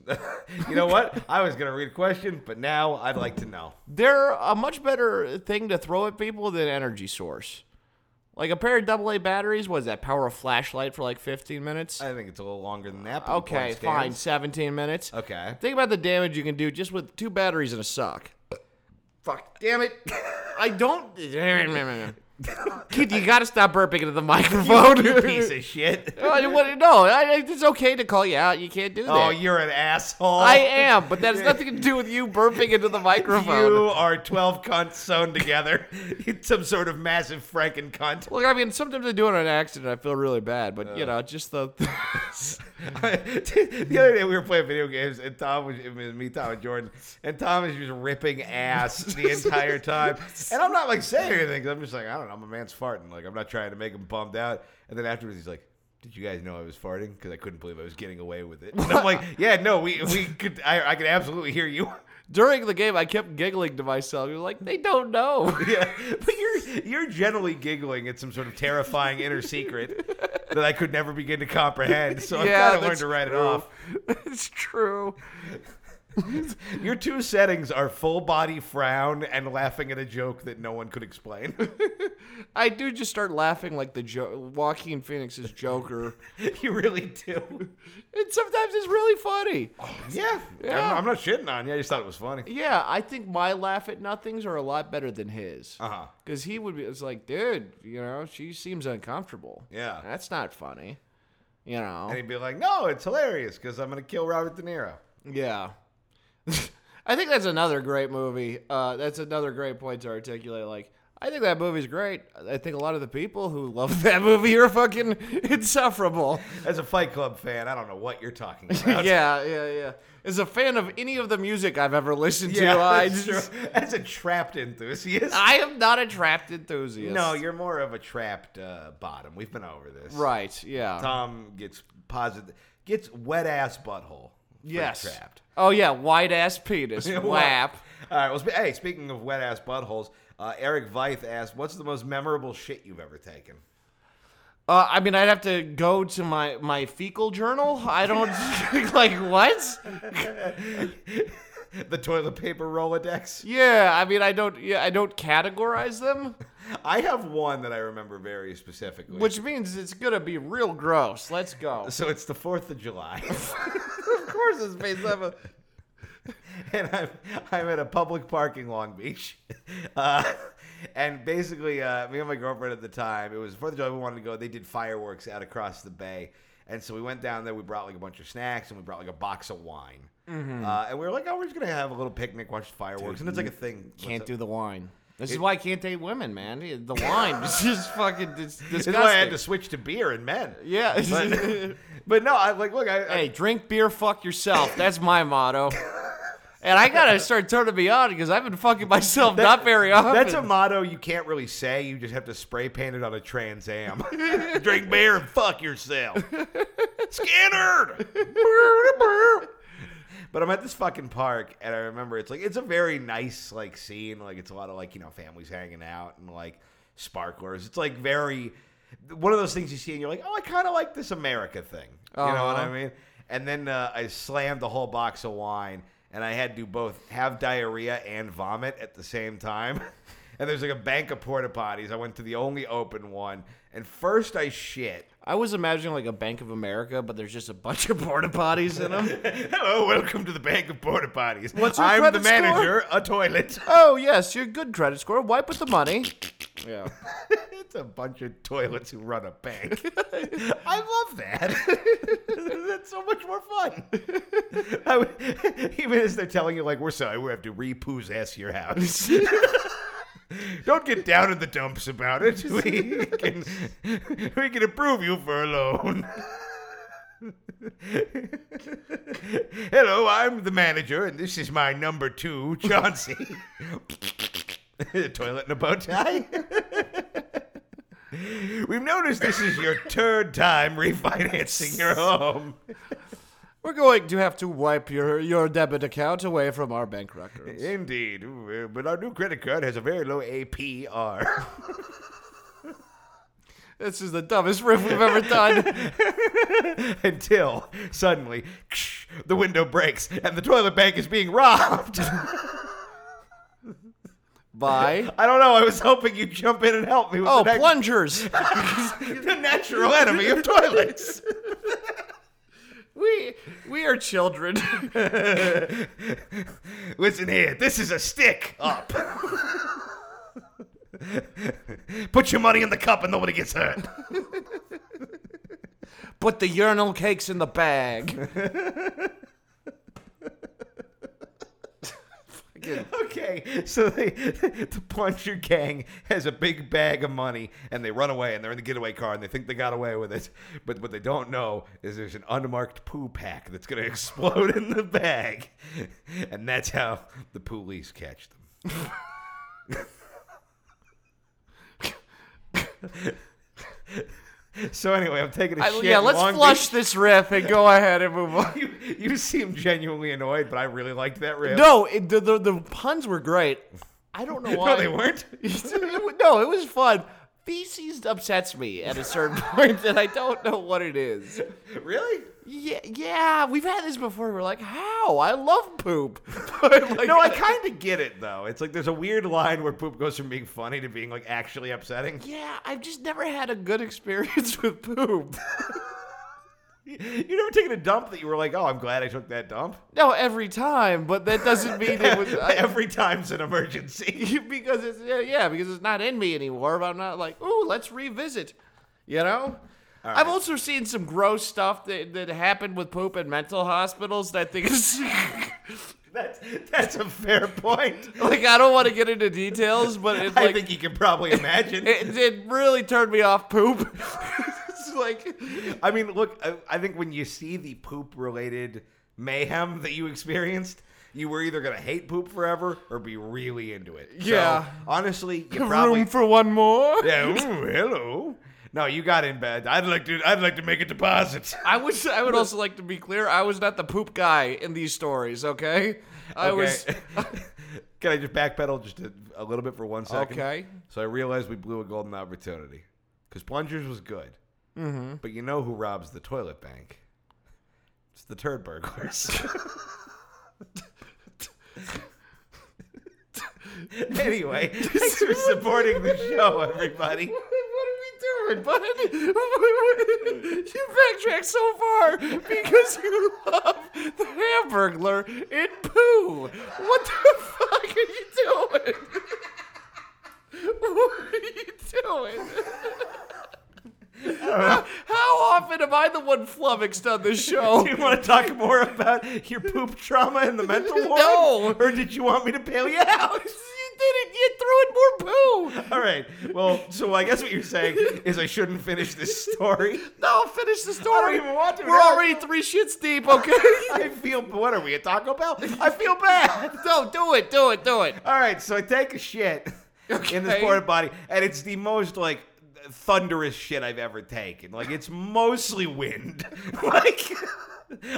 Speaker 2: you know what? I was gonna read a question, but now I'd like to know.
Speaker 1: they're a much better thing to throw at people than energy source. Like a pair of AA batteries, what is that? Power a flashlight for like 15 minutes?
Speaker 2: I think it's a little longer than that. But the
Speaker 1: Okay,
Speaker 2: point
Speaker 1: fine,
Speaker 2: stands.
Speaker 1: 17 minutes.
Speaker 2: Okay.
Speaker 1: Think about the damage you can do just with two batteries and a sock.
Speaker 2: Fuck. Damn it.
Speaker 1: I don't. Kid, you gotta stop burping into the microphone.
Speaker 2: you piece of shit.
Speaker 1: Oh, I- what- no, I, I- it's okay to call you out. You can't do that.
Speaker 2: Oh, you're an asshole.
Speaker 1: I am, but that has nothing to do with you burping into the microphone.
Speaker 2: You are 12 cunts sewn together. It's some sort of massive Franken cunt.
Speaker 1: Look, I mean, sometimes I do it on accident. I feel really bad, but you know, just the.
Speaker 2: the other day we were playing video games and Tom was it was me, Tom and Jordan, and Tom is just ripping ass the entire time. And I'm not like saying anything 'cause I'm just like I don't know, my man's farting. Like I'm not trying to make him bummed out. And then afterwards he's like. Did you guys know I was farting? Because I couldn't believe I was getting away with it. And I'm like, yeah, no, we, we could, I, I could absolutely hear you.
Speaker 1: During the game, I kept giggling to myself. You're like, they don't know.
Speaker 2: Yeah, but you're you're generally giggling at some sort of terrifying inner secret that I could never begin to comprehend. So I've got to learn
Speaker 1: that's
Speaker 2: to write it
Speaker 1: true.
Speaker 2: off.
Speaker 1: it's true.
Speaker 2: Your two settings are full body frown and laughing at a joke that no one could explain.
Speaker 1: I do just start laughing like the jo- Joaquin Phoenix's Joker,
Speaker 2: you really do.
Speaker 1: and sometimes it's really funny.
Speaker 2: Yeah.
Speaker 1: Yeah.
Speaker 2: I'm, I'm not shitting on you. I just thought it was funny.
Speaker 1: Yeah, I think my laugh at nothings are a lot better than his.
Speaker 2: Uh huh.
Speaker 1: Because he would be, it's like, dude, you know, she seems uncomfortable.
Speaker 2: Yeah.
Speaker 1: That's not funny. You know?
Speaker 2: And he'd be like, no, it's hilarious because I'm going to kill Robert De Niro.
Speaker 1: yeah. I think that's another great movie. Uh, that's another great point to articulate. Like, I think that movie's great. I think a lot of the people who love that movie are fucking insufferable.
Speaker 2: As a Fight Club fan, I don't know what you're talking about.
Speaker 1: yeah, yeah, yeah. As a fan of any of the music I've ever listened to,
Speaker 2: Yeah,
Speaker 1: I
Speaker 2: that's
Speaker 1: just-
Speaker 2: true. As a trapped enthusiast.
Speaker 1: I am not a trapped enthusiast.
Speaker 2: No, you're more of a trapped uh, bottom. We've been over this.
Speaker 1: right. Yeah.
Speaker 2: Tom gets positive, gets wet ass butthole. for
Speaker 1: Yes.
Speaker 2: Trapped.
Speaker 1: Oh yeah, white ass penis. Whap.
Speaker 2: All right. Well, sp- hey, speaking of wet ass buttholes, uh, Eric Veith asked, "What's the most memorable shit you've ever taken?"
Speaker 1: Uh, I mean, I'd have to go to my my fecal journal. I don't like what?
Speaker 2: the toilet paper Rolodex.
Speaker 1: Yeah, I mean, I don't. Yeah, I don't categorize them,
Speaker 2: I have one that I remember very specifically.
Speaker 1: which means it's gonna be real gross. Let's go.
Speaker 2: so it's the Fourth of July,
Speaker 1: of course, it's based off of.
Speaker 2: and I'm I'm at a public park in Long Beach, uh, and basically uh, me and my girlfriend at the time it was Fourth of July. We wanted to go. They did fireworks out across the bay, and so we went down there. We brought like a bunch of snacks and we brought like a box of wine,
Speaker 1: Mm-hmm.
Speaker 2: uh, and we were like, oh, we're just gonna have a little picnic, watch fireworks, and it's like a thing.
Speaker 1: Can't do the wine. This is why I can't date women, man. The wine is just fucking dis-
Speaker 2: This
Speaker 1: disgusting.
Speaker 2: is why I had to switch to beer and men.
Speaker 1: yeah.
Speaker 2: But, but no, I like look. I, I-
Speaker 1: Hey, drink beer, fuck yourself. That's my motto. And I gotta start turning me on because I've been fucking myself not very often.
Speaker 2: That's a motto you can't really say. You just have to spray paint it on a Trans Am. Drink beer and fuck yourself. Skinner. but I'm at this fucking park, and I remember it's like it's a very nice like scene. Like it's a lot of like you know families hanging out and like sparklers. It's like very one of those things you see, and you're like, oh, I kind of like this America thing. You know what I
Speaker 1: Uh-huh.
Speaker 2: mean? And then uh, I slammed the whole box of wine, and I had to both have diarrhea and vomit at the same time. And there's like a bank of porta potties. I went to the only open one, and first I shit.
Speaker 1: I was imagining like a Bank of America, but there's just a bunch of porta potties in them.
Speaker 2: Hello, welcome to the bank of porta potties.
Speaker 1: What's your
Speaker 2: I'm the
Speaker 1: credit score?
Speaker 2: manager. A toilet.
Speaker 1: oh yes, your good credit score. Wipe with the money. Yeah.
Speaker 2: it's a bunch of toilets who run a bank. I love that. That's so much more fun. I would, even as they're telling you, like, we're sorry, we have to re-poos ass your house. Don't get down in the dumps about it. We can, we can approve you for a loan. Hello, I'm the manager, and this is my number two, Chauncey. Toilet in a bow tie. We've noticed this is your third time refinancing your home.
Speaker 1: We're going to have to wipe your, your debit account away from our bank records.
Speaker 2: Indeed, but our new credit card has a very low APR.
Speaker 1: This is the dumbest riff we've ever done.
Speaker 2: Until suddenly, the window breaks and the toilet bank is being robbed.
Speaker 1: Bye.
Speaker 2: I don't know. I was hoping you'd jump in and help me with
Speaker 1: Oh,
Speaker 2: the, next-
Speaker 1: plungers.
Speaker 2: the natural enemy of toilets.
Speaker 1: We we are children.
Speaker 2: Listen here, this is a stick up. Put your money in the cup and nobody gets hurt.
Speaker 1: Put the urinal cakes in the bag.
Speaker 2: Okay, so they, the plunger gang has a big bag of money, and they run away, and they're in the getaway car, and they think they got away with it. But what they don't know is there's an unmarked poo pack that's going to explode in the bag, and that's how the police catch them. so anyway, I'm taking a
Speaker 1: I-
Speaker 2: shit.
Speaker 1: yeah,
Speaker 2: in
Speaker 1: let's
Speaker 2: Long
Speaker 1: flush this riff and go ahead and move on.
Speaker 2: Beach. You, you seem genuinely annoyed, but I really liked that riff.
Speaker 1: No, it, the, the the puns were great. I don't know why.
Speaker 2: no, they weren't.
Speaker 1: It wa- no, it was fun. Feces upsets me at a certain point that I don't know what it is.
Speaker 2: Really?
Speaker 1: Yeah, yeah, God, we've had this before. We're like, how? I love poop. But, like, uh,
Speaker 2: no, I kind of get it though. It's like there's a weird line where poop goes from being funny to being like actually upsetting.
Speaker 1: Yeah, I've just never had a good experience with poop.
Speaker 2: You you never taken a dump that you were like, oh, I'm glad I took that dump.
Speaker 1: no, every time, but that doesn't mean it was. uh, I,
Speaker 2: Every time's an emergency.
Speaker 1: because it's yeah, yeah, because it's not in me anymore. But I'm not like, ooh, let's revisit. You know.
Speaker 2: right.
Speaker 1: I've also seen some gross stuff that, that happened with poop in mental hospitals that I think is
Speaker 2: That's that's a fair point.
Speaker 1: like I don't want to get into details, but it's
Speaker 2: I
Speaker 1: like
Speaker 2: think you can probably imagine.
Speaker 1: it, it really turned me off poop. it's like
Speaker 2: I mean, look, I, I think when you see the poop related mayhem that you experienced, you were either going to hate poop forever or be really into it. So,
Speaker 1: Yeah.
Speaker 2: honestly, you probably.
Speaker 1: room for one more.
Speaker 2: yeah, ooh, hello. No, you got in bed. I'd like to. I'd like to make a deposit.
Speaker 1: I wish I would also like to be clear. I was not the poop guy in these stories. Okay, I
Speaker 2: Okay.
Speaker 1: was
Speaker 2: Can I just backpedal just a, a little bit for one second?
Speaker 1: Okay.
Speaker 2: So I realized we blew a golden opportunity because Plungers was good, mm-hmm. but you know who robs the toilet bank? It's the turd burglars. anyway, thanks for supporting the show, everybody.
Speaker 1: What are we doing, bud? you backtrack so far because you love the Hamburglar in poo. What the fuck are you doing? What are you doing? How, how often am I the one flummoxed on this show?
Speaker 2: Do you want to talk more about your poop trauma and the mental ward?
Speaker 1: No.
Speaker 2: Or did you want me to bail you out?
Speaker 1: You did it. You threw in more poo.
Speaker 2: All right. Well, so I guess what you're saying is I shouldn't finish this story.
Speaker 1: No, finish the story.
Speaker 2: even want to
Speaker 1: We're
Speaker 2: now.
Speaker 1: already three shits deep, okay?
Speaker 2: I feel. What are we at Taco Bell? I feel bad.
Speaker 1: no, do it, do it, do it.
Speaker 2: All right. So I take a shit in this
Speaker 1: Okay.
Speaker 2: porta potty, and it's the most like thunderous shit I've ever taken. Like it's mostly wind. like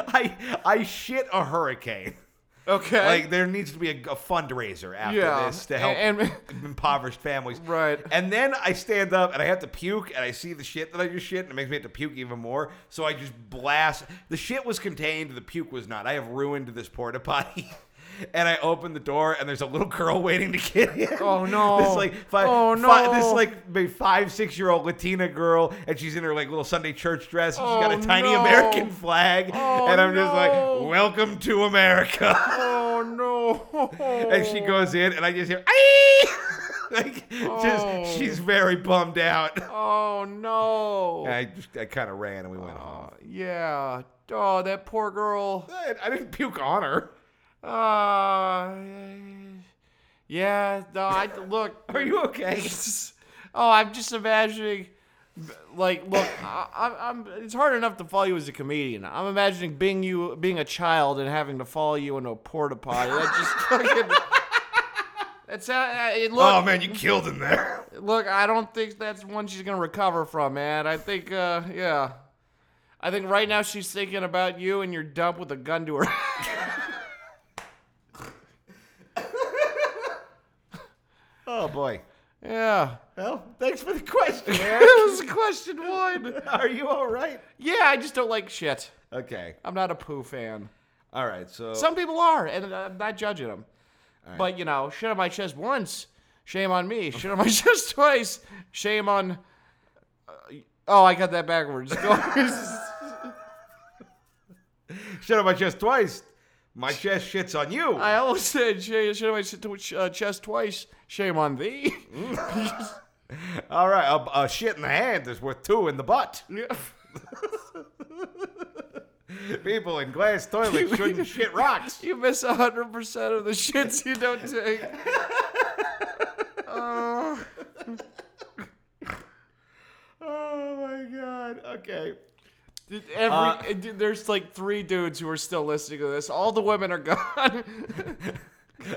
Speaker 2: I I shit a hurricane.
Speaker 1: Okay.
Speaker 2: Like there needs to be a, a fundraiser after
Speaker 1: Yeah,
Speaker 2: this to help
Speaker 1: and- and-
Speaker 2: impoverished families.
Speaker 1: Right.
Speaker 2: And then I stand up and I have to puke and I see the shit that I just shit and it makes me have to puke even more. So I just blast. The shit was contained, the puke was not. I have ruined this porta potty. And I open the door, and there's a little girl waiting to get in.
Speaker 1: Oh, no.
Speaker 2: This like five,
Speaker 1: Oh,
Speaker 2: fi- this
Speaker 1: no.
Speaker 2: like maybe five, six year old Latina girl, and she's in her like little Sunday church dress, and she's got
Speaker 1: Oh,
Speaker 2: a tiny
Speaker 1: no.
Speaker 2: American flag,
Speaker 1: Oh,
Speaker 2: and I'm just
Speaker 1: no.
Speaker 2: like, "Welcome to America."
Speaker 1: oh no.
Speaker 2: and she goes in, and I just hear, "Aye!" like,
Speaker 1: Oh.
Speaker 2: just she's very bummed out.
Speaker 1: Oh
Speaker 2: And
Speaker 1: no.
Speaker 2: I just, I kind of ran, and we went home.
Speaker 1: Yeah. Oh, that poor girl.
Speaker 2: I, I didn't puke on her.
Speaker 1: Uh, yeah. No, I look.
Speaker 2: Are you okay?
Speaker 1: oh, I'm just imagining. Like, look, I, I'm- I'm. It's hard enough to follow you as a comedian. I'm imagining being you, being a child, and having to follow you into a porta potty. That just fucking. That's how. I- It look,
Speaker 2: oh man, you killed him there.
Speaker 1: look. I don't think that's one she's gonna recover from, man. I think, uh, yeah. I think right now she's thinking about you and your dump with a gun to her.
Speaker 2: Oh boy.
Speaker 1: yeah.
Speaker 2: Well, thanks for the question.
Speaker 1: That
Speaker 2: Eric.
Speaker 1: was question one.
Speaker 2: Are you all right?
Speaker 1: Yeah, I just don't like shit.
Speaker 2: Okay.
Speaker 1: I'm not a poo fan.
Speaker 2: All right. So
Speaker 1: Some people are, and I'm not judging them. But you know, shit on my chest once, shame on me. Shit on my chest twice, shame on. uh, oh, I got that backwards. Go-
Speaker 2: shut up my chest twice. My chest shits on you.
Speaker 1: I almost said shame, shit on my chest tw- uh, chest twice, shame on thee.
Speaker 2: all right. A, a shit in the hand is worth two in the butt. People in glass toilets shouldn't shit rocks.
Speaker 1: you miss hundred percent of the shits you don't take.
Speaker 2: Oh my god. Okay.
Speaker 1: Dude, Every uh, dude, there's like three dudes who are still listening to this. All the women are gone.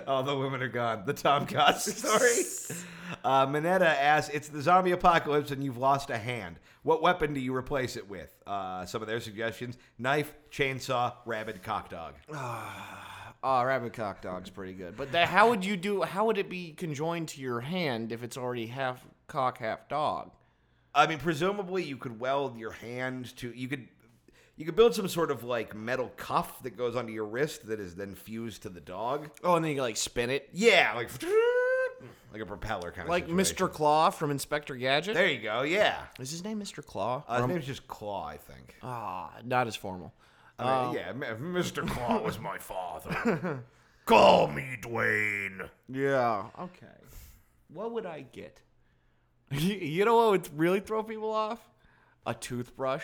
Speaker 2: All the women are gone. The Tom Cost story. Uh, Minetta asks, "It's the zombie apocalypse, and you've lost a hand. What weapon do you replace it with?" Uh, some of their suggestions: knife, chainsaw, rabid cockdog.
Speaker 1: Ah, rabbit cock dog's pretty good. But that, how would you do? How would it be conjoined to your hand if it's already half cock, half dog?
Speaker 2: I mean, presumably you could weld your hand to. You could. You could build some sort of like metal cuff that goes onto your wrist that is then fused to the dog.
Speaker 1: Oh, and then you like spin it,
Speaker 2: Yeah, like like a propeller kind of
Speaker 1: like Mr. Claw from Inspector Gadget.
Speaker 2: There you go. Yeah,
Speaker 1: Is his name Mr. Claw?
Speaker 2: uh, his name's just Claw, I think.
Speaker 1: Ah, not as formal.
Speaker 2: I mean,
Speaker 1: Um,
Speaker 2: yeah, M- Mr. Claw was my father. Call me Dwayne.
Speaker 1: Yeah. Okay. What would I get? You, you know what would really throw people off? A toothbrush.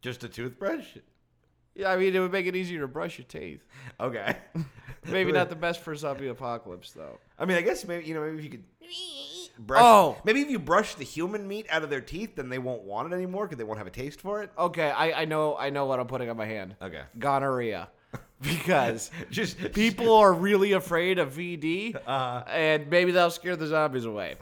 Speaker 2: Just a toothbrush?
Speaker 1: Yeah, I mean, it would make it easier to brush your teeth.
Speaker 2: Okay.
Speaker 1: Maybe not the best for a zombie apocalypse, though.
Speaker 2: I mean, I guess maybe you know maybe if you could brush.
Speaker 1: Oh.
Speaker 2: Maybe if you brush the human meat out of their teeth, then they won't want it anymore because they won't have a taste for it.
Speaker 1: Okay, I, I know I know what I'm putting on my hand.
Speaker 2: Okay.
Speaker 1: Gonorrhea. Because
Speaker 2: Just
Speaker 1: people are really afraid of VD,
Speaker 2: Uh-huh.
Speaker 1: and maybe that'll scare the zombies away.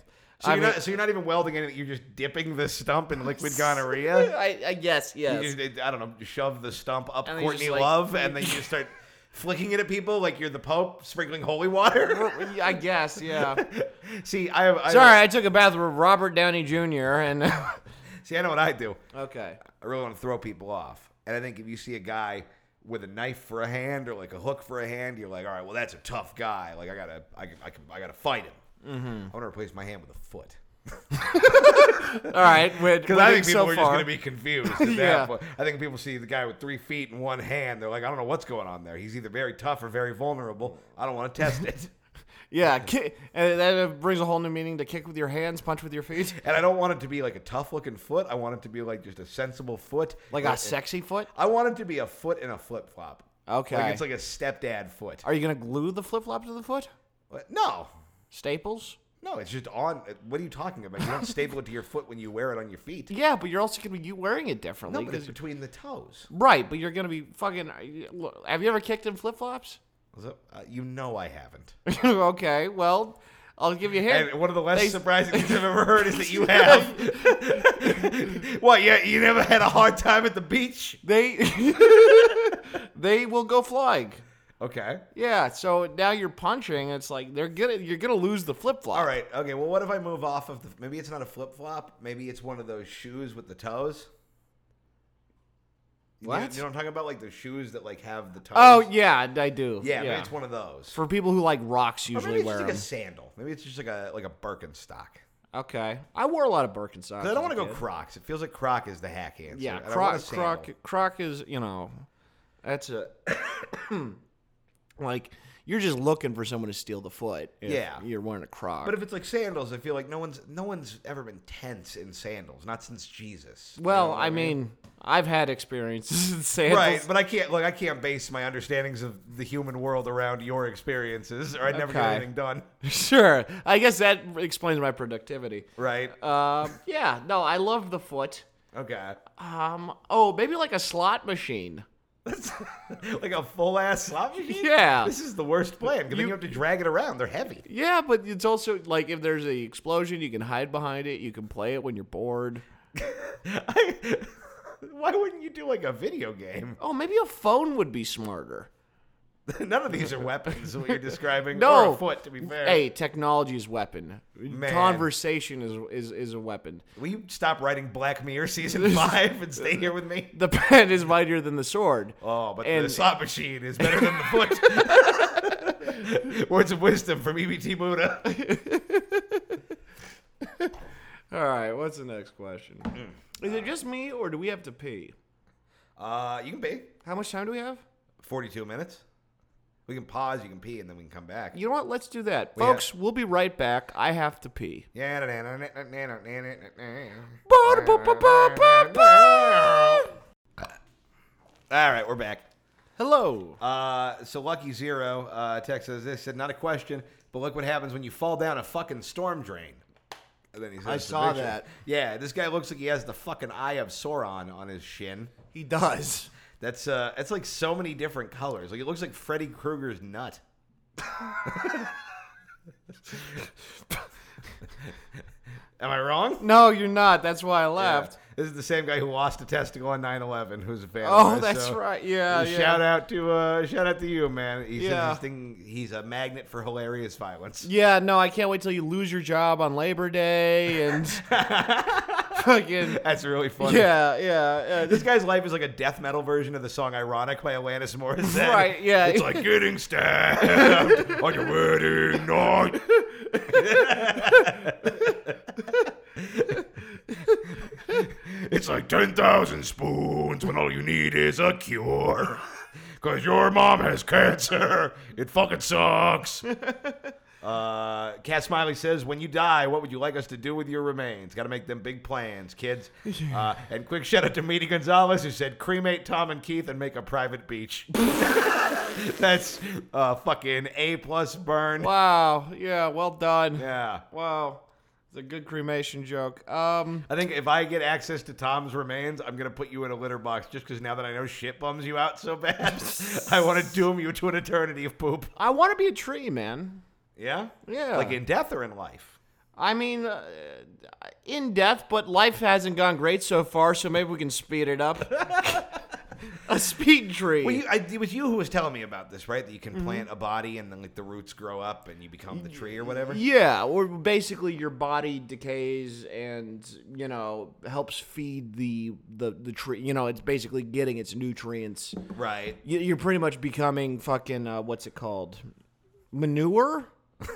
Speaker 2: So
Speaker 1: I
Speaker 2: you're,
Speaker 1: mean-
Speaker 2: not, so you're not even welding anything. You're just dipping the stump in liquid gonorrhea.
Speaker 1: I, I guess, yes.
Speaker 2: You just, I don't know. you Shove the stump up
Speaker 1: And then you
Speaker 2: Courtney
Speaker 1: just, like-
Speaker 2: Love, and then you just start flicking it at people like you're the Pope sprinkling holy water.
Speaker 1: I guess, yeah.
Speaker 2: see, I, have- I
Speaker 1: Sorry, I took a bath with Robert Downey Jr. and
Speaker 2: see. I know what I do.
Speaker 1: okay,
Speaker 2: I really want to throw people off. And I think if you see a guy with a knife for a hand or like a hook for a hand, you're like, all right, well, that's a tough guy. Like I gotta, I, can- I, can, I gotta fight him. Mm-hmm. I want to replace my hand with a foot
Speaker 1: all right. Because
Speaker 2: because I think people
Speaker 1: so
Speaker 2: are just
Speaker 1: far,
Speaker 2: gonna be confused. At
Speaker 1: Yeah.
Speaker 2: that point. I think people see the guy with three feet and one hand. They're like, I don't know what's going on there. He's either very tough or very vulnerable. I don't want to test it.
Speaker 1: yeah. Ki- and that brings a whole new meaning to kick with your hands, punch with your feet,
Speaker 2: And I don't want it to be like a tough looking foot. I want it to be like just a sensible foot.
Speaker 1: like
Speaker 2: I
Speaker 1: a sexy foot.
Speaker 2: want it to be a foot in a flip flop.
Speaker 1: Okay.
Speaker 2: Like it's like a stepdad foot.
Speaker 1: Are you gonna glue the flip flop to the foot?
Speaker 2: What? No.
Speaker 1: Staples?
Speaker 2: No, it's just on. What are you talking about? You don't staple it to your foot when you wear it on your feet.
Speaker 1: Yeah, but you're also gonna be you wearing it
Speaker 2: No,
Speaker 1: differently.
Speaker 2: but it's
Speaker 1: 'cause-
Speaker 2: between the toes.
Speaker 1: right, but you're gonna be fucking. look, Have you ever kicked in flip flops?
Speaker 2: Was it- uh, you know I haven't.
Speaker 1: okay, well, I'll give you a hint.
Speaker 2: And one of the less
Speaker 1: They-
Speaker 2: surprising things I've ever heard is that you have. what? Yeah, you never had a hard time at the beach?
Speaker 1: They they will go flying.
Speaker 2: Okay.
Speaker 1: Yeah, so now you're punching. It's like they're gonna you're gonna lose the flip flop.
Speaker 2: All right. Okay. Well, what if I move off of the? Maybe it's not a flip flop. Maybe it's one of those shoes with the toes. You know-
Speaker 1: What?
Speaker 2: You know, what I'm talking about? Like the shoes that like have the toes.
Speaker 1: Oh yeah, I do.
Speaker 2: yeah. Maybe it's one of those.
Speaker 1: for people who like rocks
Speaker 2: Or maybe
Speaker 1: usually
Speaker 2: it's
Speaker 1: wear
Speaker 2: just like a
Speaker 1: them.
Speaker 2: sandal. Maybe it's just like a like a Birkenstock.
Speaker 1: Okay, I wore a lot of Birkenstocks.
Speaker 2: I don't want
Speaker 1: as
Speaker 2: to
Speaker 1: a
Speaker 2: go
Speaker 1: kid.
Speaker 2: Crocs. It feels like Croc is the hack answer.
Speaker 1: Yeah,
Speaker 2: and I want
Speaker 1: Croc,
Speaker 2: a sandal.
Speaker 1: Croc, Croc is you know, that's a like you're just looking for someone to steal the foot. if
Speaker 2: Yeah.
Speaker 1: you're wearing a Croc.
Speaker 2: But if it's like sandals, I feel like no one's no one's ever been tense in sandals. Not since Jesus.
Speaker 1: well, I mean, I've had experiences in sandals.
Speaker 2: Right, but I can't like I can't base my understandings of the human world around your experiences, or I'd never get
Speaker 1: Okay.
Speaker 2: anything done.
Speaker 1: Sure, I guess that explains my productivity.
Speaker 2: Right?
Speaker 1: Um, yeah, no, I love the foot.
Speaker 2: Okay.
Speaker 1: Um, oh, maybe like a slot machine.
Speaker 2: That's like a full ass slot machine.
Speaker 1: Yeah.
Speaker 2: This is the worst plan because then you have to drag it around. They're heavy.
Speaker 1: Yeah, but it's also like if there's a explosion, you can hide behind it. You can play it when you're bored.
Speaker 2: I, why wouldn't you do like a video game?
Speaker 1: Oh, maybe a phone would be smarter.
Speaker 2: None of these are weapons. What you're describing?
Speaker 1: No.
Speaker 2: or a foot. To be fair.
Speaker 1: Hey, technology is weapon. Conversation is, is is a weapon.
Speaker 2: Will you stop writing Black Mirror season five and stay here with me?
Speaker 1: The pen is mightier than the sword.
Speaker 2: Oh, but the
Speaker 1: And-
Speaker 2: slot machine is better than the foot. Words of wisdom from EBT Buddha.
Speaker 1: All right, what's the next question?
Speaker 2: Hmm.
Speaker 1: Is it just me or do we have to pee?
Speaker 2: Uh, you can pee.
Speaker 1: How much time do we have?
Speaker 2: 42 minutes. We can pause, you can pee, and then we can come back.
Speaker 1: You know what? Let's do that.
Speaker 2: have-
Speaker 1: Folks, we'll be right back. I have to pee.
Speaker 2: Yeah, na- na- na- na- na- na- na- na- na-
Speaker 1: Ba-da-ba-ba-ba-ba-ba.
Speaker 2: All right, we're back.
Speaker 1: Hello.
Speaker 2: Uh, so Lucky Zero uh, texts us this said, not a question, but look what happens when you fall down a fucking storm drain. And then he says,
Speaker 1: I
Speaker 2: the
Speaker 1: saw
Speaker 2: picture.
Speaker 1: that.
Speaker 2: Yeah, this guy looks like he has the fucking eye of Sauron on his shin.
Speaker 1: He does.
Speaker 2: That's uh, that's like so many different colors. Like it looks like Freddy Krueger's nut. Am I wrong?
Speaker 1: No, you're not. That's why I laughed.
Speaker 2: Yeah. This is the same guy who lost a testicle on 9/11. Who's a fan? of
Speaker 1: Oh,
Speaker 2: ours,
Speaker 1: that's
Speaker 2: so-
Speaker 1: right. Yeah, yeah.
Speaker 2: Shout out to uh, shout out to you, man. He says
Speaker 1: Yeah.
Speaker 2: this thing. He's a magnet for hilarious violence.
Speaker 1: Yeah, no, I can't wait till you lose your job on Labor Day and fucking
Speaker 2: That's really funny.
Speaker 1: yeah, yeah. uh,
Speaker 2: This guy's life is like a death metal version of the song "Ironic" by Alanis Morissette.
Speaker 1: Right, yeah.
Speaker 2: It's like getting stabbed on your wedding night. it's like ten thousand spoons when all you need is a cure. Cause your mom has cancer. It fucking sucks. Uh, Cat Smiley says, "When you die, what would you like us to do with your remains? Got to make them big plans, kids." Uh, and quick shout out to Meaty Gonzalez, who said, "Cremate Tom and Keith and make a private beach." That's uh, fucking a plus burn.
Speaker 1: wow. Yeah. Well done.
Speaker 2: Yeah,
Speaker 1: Wow. It's a good cremation joke. Um.
Speaker 2: I think if I get access to Tom's remains, I'm gonna put you in a litter box just because now that I know shit bums you out so bad, I want to doom you to an eternity of poop.
Speaker 1: I want to be a tree, man.
Speaker 2: Yeah,
Speaker 1: Yeah.
Speaker 2: like in death or in life.
Speaker 1: I mean, uh, in death, but life hasn't gone great so far, so maybe we can speed it up. a speed tree.
Speaker 2: Well, you, I, it was you who was telling me about this, right? That you can plant a body and then like the roots grow up and you become the tree or whatever.
Speaker 1: yeah, or basically your body decays and you know helps feed the the the tree. You know, it's basically getting its nutrients.
Speaker 2: Right.
Speaker 1: You- You're pretty much becoming fucking uh, what's it called? Manure.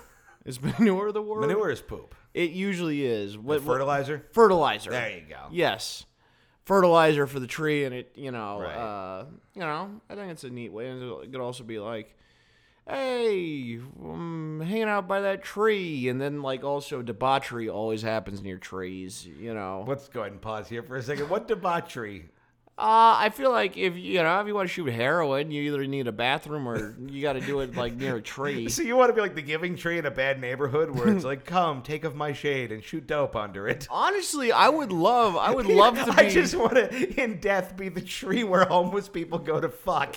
Speaker 1: Is manure the word?
Speaker 2: Manure is poop.
Speaker 1: It usually is. What, what-
Speaker 2: Fertilizer.
Speaker 1: fertilizer.
Speaker 2: There you go.
Speaker 1: Yes, fertilizer for the tree, and it you know,
Speaker 2: Right.
Speaker 1: uh, you know, I think it's a neat way. And it could also be like, hey, um, hanging out by that tree, and then like also debauchery always happens near trees. You know, uh,
Speaker 2: Let's go ahead and pause here for a second. What debauchery?
Speaker 1: Uh, I feel like if you know if you want to shoot heroin, you either need a bathroom or you got to do it like near a tree.
Speaker 2: So you want to be like the giving tree in a bad neighborhood where it's like, come, take off my shade and shoot dope under it.
Speaker 1: Honestly, I would love, I would love to be.
Speaker 2: I just want to, in death, be the tree where homeless people go to fuck.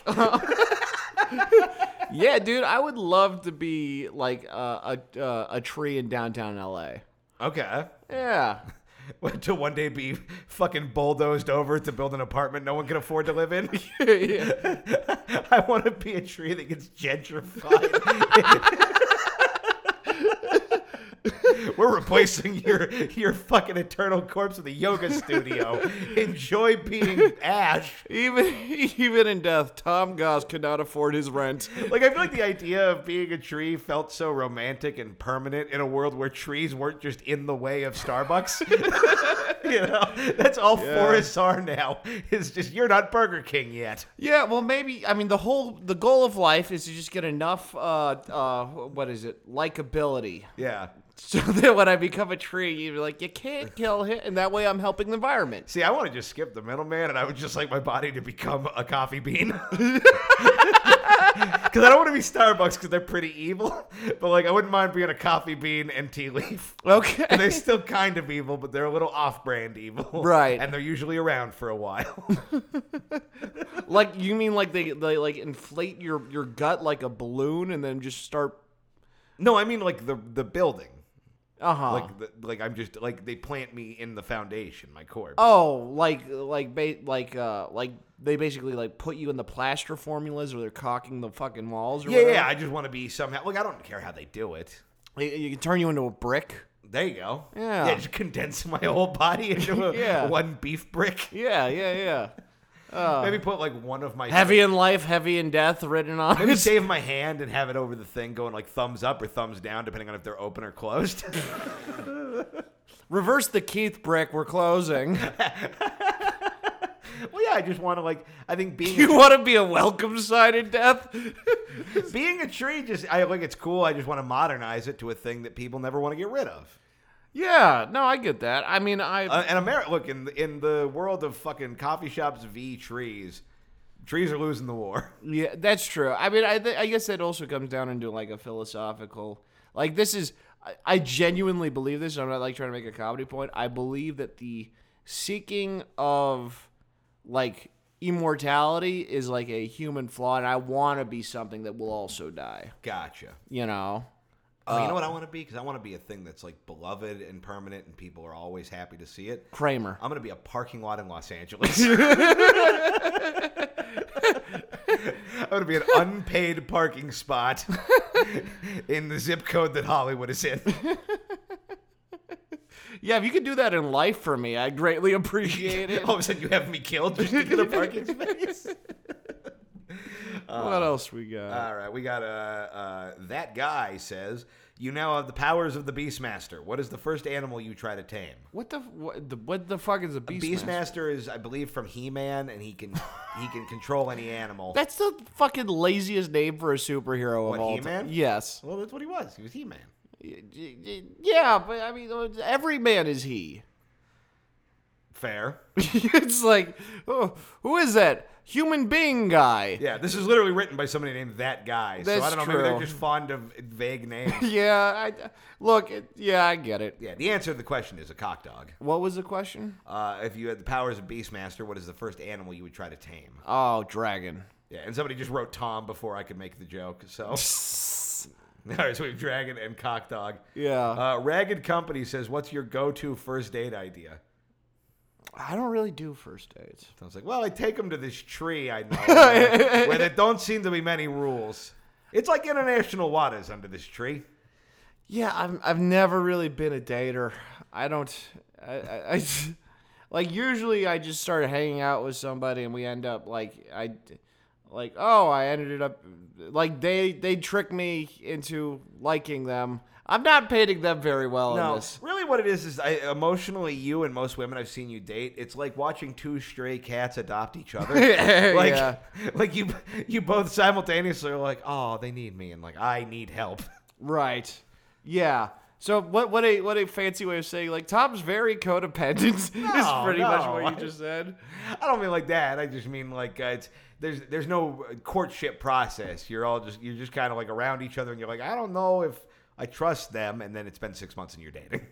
Speaker 1: Yeah, dude, I would love to be like uh, a uh, a tree in downtown LA.
Speaker 2: okay.
Speaker 1: Yeah.
Speaker 2: To one day be fucking bulldozed over to build an apartment no one can afford to live in.
Speaker 1: yeah.
Speaker 2: I want to be a tree that gets gentrified. We're replacing your your fucking eternal corpse with a yoga studio. Enjoy being ash.
Speaker 1: Even even in death, Tom Goss could not afford his rent.
Speaker 2: Like I feel like the idea of being a tree felt so romantic and permanent in a world where trees weren't just in the way of Starbucks. you know, that's all forests are now. Is just you're not Burger King yet.
Speaker 1: Yeah, well, maybe I mean the whole the goal of life is to just get enough uh uh what is it likability.
Speaker 2: Yeah.
Speaker 1: So that when I become a tree, you're like you can't kill him, and that way I'm helping the environment.
Speaker 2: See, I want to just skip the middleman, and I would just like my body to become a coffee bean. Because I don't want to be Starbucks because they're pretty evil, but like I wouldn't mind being a coffee bean and tea leaf. And
Speaker 1: Okay.
Speaker 2: they're still kind of evil, but they're a little off-brand evil,
Speaker 1: Right.
Speaker 2: And they're usually around for a while.
Speaker 1: like you mean like they they like inflate your your gut like a balloon and then just start.
Speaker 2: no, I mean like the the building,
Speaker 1: Uh huh.
Speaker 2: like the, like I'm just like they plant me in the foundation, my corpse.
Speaker 1: Oh, like like ba- like uh like they basically like put you in the plaster formulas, or they're caulking the fucking walls. Or
Speaker 2: yeah, yeah.
Speaker 1: whatever.
Speaker 2: I just want to be somehow. Like I don't care how they do it.
Speaker 1: They- You, can turn you into a brick.
Speaker 2: There you go.
Speaker 1: Yeah.
Speaker 2: yeah just condense my whole body into a,
Speaker 1: Yeah.
Speaker 2: one beef brick.
Speaker 1: Yeah, yeah, yeah.
Speaker 2: Maybe put like one of my
Speaker 1: Heavy in life, heavy in death, written on.
Speaker 2: Maybe
Speaker 1: it.
Speaker 2: save my hand and have it over the thing, going like thumbs up or thumbs down, depending on if they're open or closed.
Speaker 1: Reverse the Keith brick. We're closing.
Speaker 2: well, yeah, I just want to like. I think being
Speaker 1: you want to be a welcome sign in death?
Speaker 2: being a tree, just I like it's cool. I just want to modernize it to a thing that people never want to get rid of.
Speaker 1: yeah. No, I get that. I mean, I.
Speaker 2: Uh, and America, look in the, in the world of fucking coffee shops v trees, trees are losing the war.
Speaker 1: Yeah, that's true. I mean, I, th- I guess that also comes down into like a philosophical. Like this is, I, I genuinely believe this. I'm not like trying to make a comedy point. I believe that the seeking of like immortality is like a human flaw, and I want to be something that will also die.
Speaker 2: Gotcha.
Speaker 1: You know.
Speaker 2: Oh, you know what I want to be? Because I want to be a thing that's like beloved and permanent, and people are always happy to see it.
Speaker 1: Kramer.
Speaker 2: I'm gonna be a parking lot in Los Angeles. I'm gonna be an unpaid parking spot in the zip code that Hollywood is in.
Speaker 1: yeah, if you could do that in life for me, I greatly appreciate it.
Speaker 2: All of a sudden, you have me killed just to get a parking space.
Speaker 1: what else we got?
Speaker 2: All right, we got uh, uh, that guy says you now have the powers of the Beastmaster. What is the first animal you try to tame?
Speaker 1: what the what the what the fuck is a beast? master?
Speaker 2: Beastmaster is, I believe, from He-Man, and he can he can control any animal.
Speaker 1: That's the fucking laziest name for a superhero
Speaker 2: What,
Speaker 1: of all
Speaker 2: He-Man?
Speaker 1: time. Yes.
Speaker 2: well, that's what he was. He was He-Man.
Speaker 1: Y- y- y- Yeah, but I mean, every man is he.
Speaker 2: Fair.
Speaker 1: it's like, oh, who is that human being guy?
Speaker 2: Yeah, this is literally written by somebody named that guy. so I
Speaker 1: That's
Speaker 2: don't know. Maybe they're
Speaker 1: true.
Speaker 2: just fond of vague names.
Speaker 1: Yeah, I look. It, yeah, I get it.
Speaker 2: yeah, the answer to the question is a cockdog.
Speaker 1: What was the question?
Speaker 2: Uh, if you had the powers of Beastmaster, what is the first animal you would try to tame?
Speaker 1: Oh, dragon.
Speaker 2: Yeah, and somebody just wrote Tom before I could make the joke. So, all right, so we have dragon and cockdog.
Speaker 1: Yeah,
Speaker 2: Uh, Ragged Company says, "What's your go-to first date idea?"
Speaker 1: I don't really do first dates.
Speaker 2: So I was like, "Well, I take them to this tree I know, where, where there don't seem to be many rules. It's like international waters under this tree."
Speaker 1: Yeah, I've I've never really been a dater. I don't. I, I, I like usually I just start hanging out with somebody and we end up like I like oh I ended up like they they trick me into liking them. I'm not painting them very well in
Speaker 2: No,
Speaker 1: this.
Speaker 2: really, what it is is I, emotionally, you and most women I've seen you date, it's like watching two stray cats adopt each other. like,
Speaker 1: Yeah.
Speaker 2: like you, you both simultaneously are like, "Oh, they need me," and like, "I need help."
Speaker 1: Right. Yeah. So what what a what a fancy way of saying like Tom's very codependent
Speaker 2: No,
Speaker 1: is pretty much
Speaker 2: no,
Speaker 1: what
Speaker 2: I-
Speaker 1: you just said.
Speaker 2: I don't mean like that. I just mean like uh, it's there's there's no uh, courtship process. You're all just you're just kind of like around each other, and you're like, I don't know if I trust them. And then it's been six months and you're dating.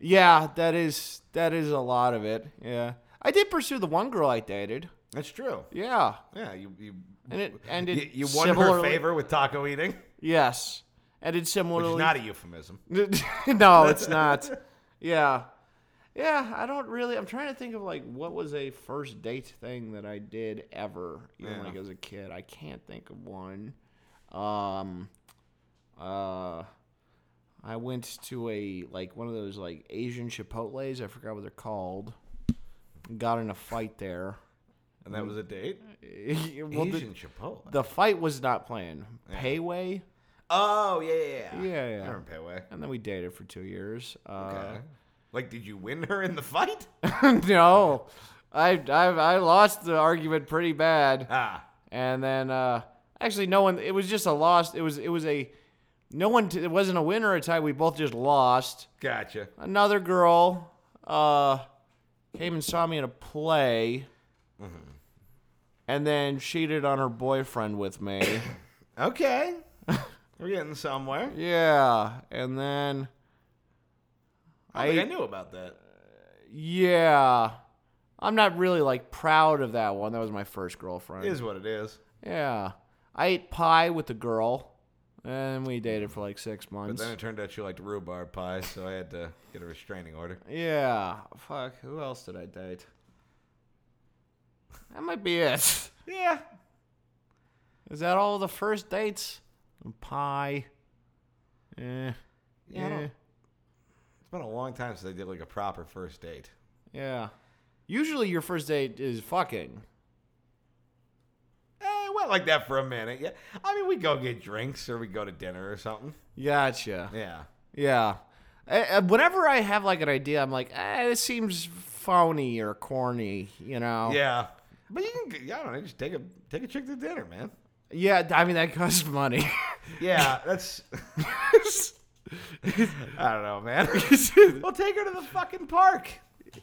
Speaker 1: Yeah, that is that is a lot of it. Yeah. I did pursue the one girl I dated.
Speaker 2: That's true.
Speaker 1: Yeah.
Speaker 2: Yeah, you you
Speaker 1: And it
Speaker 2: you,
Speaker 1: ended
Speaker 2: you won her
Speaker 1: similarly-
Speaker 2: favor with taco eating,
Speaker 1: Yes. Ended
Speaker 2: which
Speaker 1: similarly.
Speaker 2: is e- not a euphemism.
Speaker 1: no, it's not. Yeah. Yeah, I don't really I'm trying to think of like what was a first date thing that I did ever, even
Speaker 2: Yeah.
Speaker 1: like as a kid. I can't think of one. Um uh I went to a like one of those like Asian Chipotle's, I forgot what they're called. Got in a fight there.
Speaker 2: And that was a date.
Speaker 1: Well, the,
Speaker 2: Asian Chipotle.
Speaker 1: the fight was not planned. Payway.
Speaker 2: oh yeah, yeah,
Speaker 1: Yeah,
Speaker 2: yeah.
Speaker 1: yeah.
Speaker 2: I remember Payway.
Speaker 1: And then we dated for two years. Uh,
Speaker 2: Okay. like, did you win her in the fight?
Speaker 1: no, I, I I lost the argument pretty bad,
Speaker 2: Ah,
Speaker 1: and then uh, actually no one. It was just a loss. It was it was a no one. T- it wasn't a win or a tie. We both just lost.
Speaker 2: gotcha.
Speaker 1: Another girl uh, came and saw me in a play,
Speaker 2: Mm-hmm.
Speaker 1: and then cheated on her boyfriend with me.
Speaker 2: Okay, we're getting somewhere.
Speaker 1: yeah, and then
Speaker 2: I, think I knew about that.
Speaker 1: Yeah. I'm not really like proud of that one. That was my first girlfriend.
Speaker 2: It Is what it is.
Speaker 1: Yeah. I ate pie with the girl and we dated for like 6
Speaker 2: But
Speaker 1: months.
Speaker 2: then it turned out she liked rhubarb pie, so I had to get a restraining order.
Speaker 1: yeah. Fuck, who else did I date? That might be it.
Speaker 2: Yeah.
Speaker 1: Is that all the first dates? Pie. Eh.
Speaker 2: Yeah, I don't-
Speaker 1: Eh.
Speaker 2: It's been a long time since I did like a proper first date.
Speaker 1: Yeah. Usually your first date is fucking.
Speaker 2: Eh, it went like that for a minute. Yeah. I mean, we go get drinks or we go to dinner or something.
Speaker 1: Gotcha.
Speaker 2: Yeah.
Speaker 1: Yeah. Uh, whenever I have like an idea, I'm like, eh, this seems phony or corny, you know?
Speaker 2: Yeah. But you can, g- I don't know, just take a take a chick to dinner, man.
Speaker 1: Yeah, I mean, that costs money.
Speaker 2: Yeah, that's. I don't know, man. well, take her to the fucking park.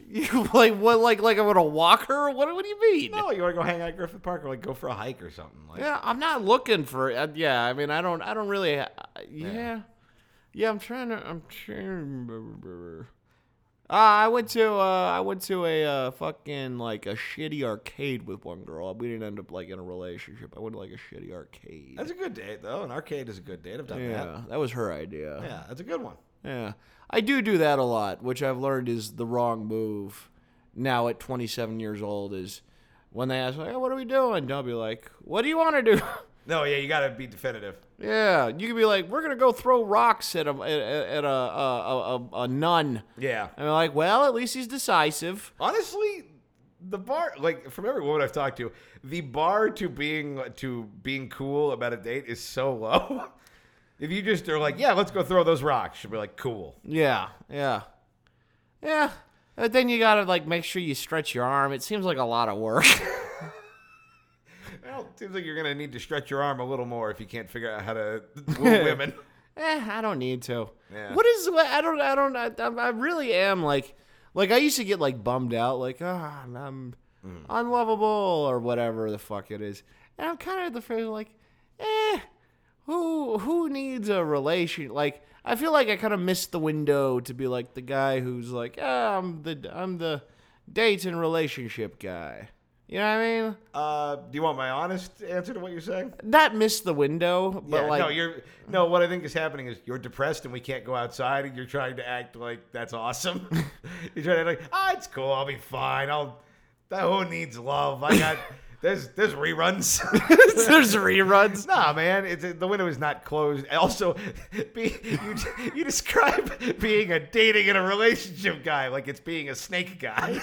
Speaker 1: you like what? Like, like I'm gonna walk her? What? What do you mean?
Speaker 2: No, you want to go hang out at Griffith Park or like go for a hike or something. Like,
Speaker 1: Yeah, I'm not looking for. Uh, yeah, I mean, I don't. I don't really. Uh, yeah. yeah, I'm trying to. I'm trying. to remember. Uh, I went to. Uh, I went to a uh, fucking like a shitty arcade with one girl. We didn't end up like in a relationship. I went to like a shitty arcade.
Speaker 2: That's a good date, though. An arcade is a good date. I've done that.
Speaker 1: Yeah, that was her idea.
Speaker 2: Yeah, that's a good one.
Speaker 1: Yeah. I do do that a lot, which I've learned is the wrong move. Now at 27 years old is when they ask like, "Oh, "What are we doing?" I'll be like, "What do you want to do?"
Speaker 2: No, yeah, you gotta be definitive.
Speaker 1: Yeah, you could be like, we're gonna go throw rocks at a at, at a, a, a a nun.
Speaker 2: Yeah.
Speaker 1: And they're like, well, at least he's decisive.
Speaker 2: Honestly, the bar, like from every woman I've talked to, the bar to being to being cool about a date is so low. if you just are like, yeah, let's go throw those rocks, she'll be like, cool.
Speaker 1: Yeah, yeah, yeah. But then you gotta like make sure you stretch your arm. It seems like a lot of work.
Speaker 2: Well, seems like you're gonna need to stretch your arm a little more if you can't figure out how to woo women.
Speaker 1: eh, I don't need to.
Speaker 2: Yeah.
Speaker 1: What is? what- I don't. I don't. I, I really am like, like I used to get like bummed out, like ah, I'm, I'm
Speaker 2: Mm.
Speaker 1: unlovable or whatever the fuck it is. And I'm kind of at the phase like, eh, who who needs a relation? Like I feel like I kind of missed the window to be like the guy who's like, ah, I'm the I'm the date and relationship guy. You know what I mean?
Speaker 2: Uh, do you want my honest answer to what you're saying?
Speaker 1: Not missed the window, but
Speaker 2: yeah,
Speaker 1: like
Speaker 2: no, you're no. What I think is happening is you're depressed and we can't go outside, and you're trying to act like that's awesome. you're trying to like, ah, it's cool. I'll be fine. I'll. Who needs love? I got. There's there's reruns.
Speaker 1: there's reruns.
Speaker 2: Nah, man, it's, the window is not closed. Also, be, you, you describe being a dating and a relationship guy like it's being a snake guy.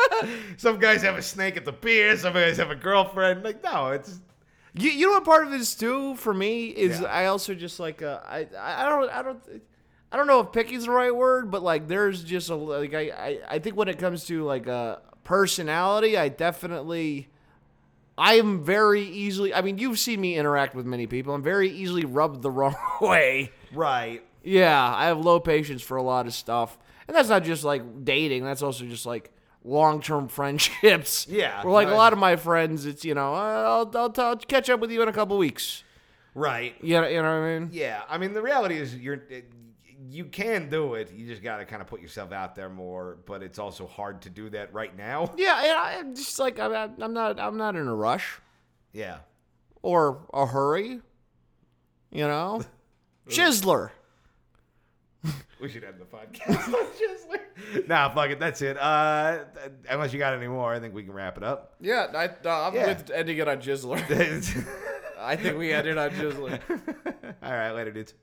Speaker 2: some guys have a snake at the beer, some guys have a girlfriend. Like, no, it's
Speaker 1: You, you know what part of it is too for me is
Speaker 2: Yeah.
Speaker 1: I also just like uh, I I I don't I don't I don't know if picky's the right word, but like there's just a like I I, I think when it comes to like uh personality, I definitely I am very easily. I mean, you've seen me interact with many people. I'm very easily rubbed the wrong way.
Speaker 2: right.
Speaker 1: Yeah, I have low patience for a lot of stuff. And that's not just like dating, that's also just like long term friendships.
Speaker 2: Yeah,
Speaker 1: Where like a
Speaker 2: I-
Speaker 1: lot of my friends, it's, you know, I'll, I'll, I'll catch up with you in a couple weeks.
Speaker 2: Right.
Speaker 1: You know, you know what I mean?
Speaker 2: Yeah, I mean the reality is you're you can do it. You just got to kind of put yourself out there more, but it's also hard to do that right now.
Speaker 1: Yeah, and I, I'm just like, I'm- I'm, I'm not I'm not in a rush
Speaker 2: Yeah.
Speaker 1: or a hurry. You know? Chisler.
Speaker 2: We should end the podcast. on Chisler. nah, fuck it. That's it. Uh, th- unless you got any more, I think we can wrap it up.
Speaker 1: Yeah, I, uh, I'm
Speaker 2: Yeah. with
Speaker 1: ending it on Jizzler.
Speaker 2: All
Speaker 1: I think we ended on Jizzler.
Speaker 2: right, later, dudes.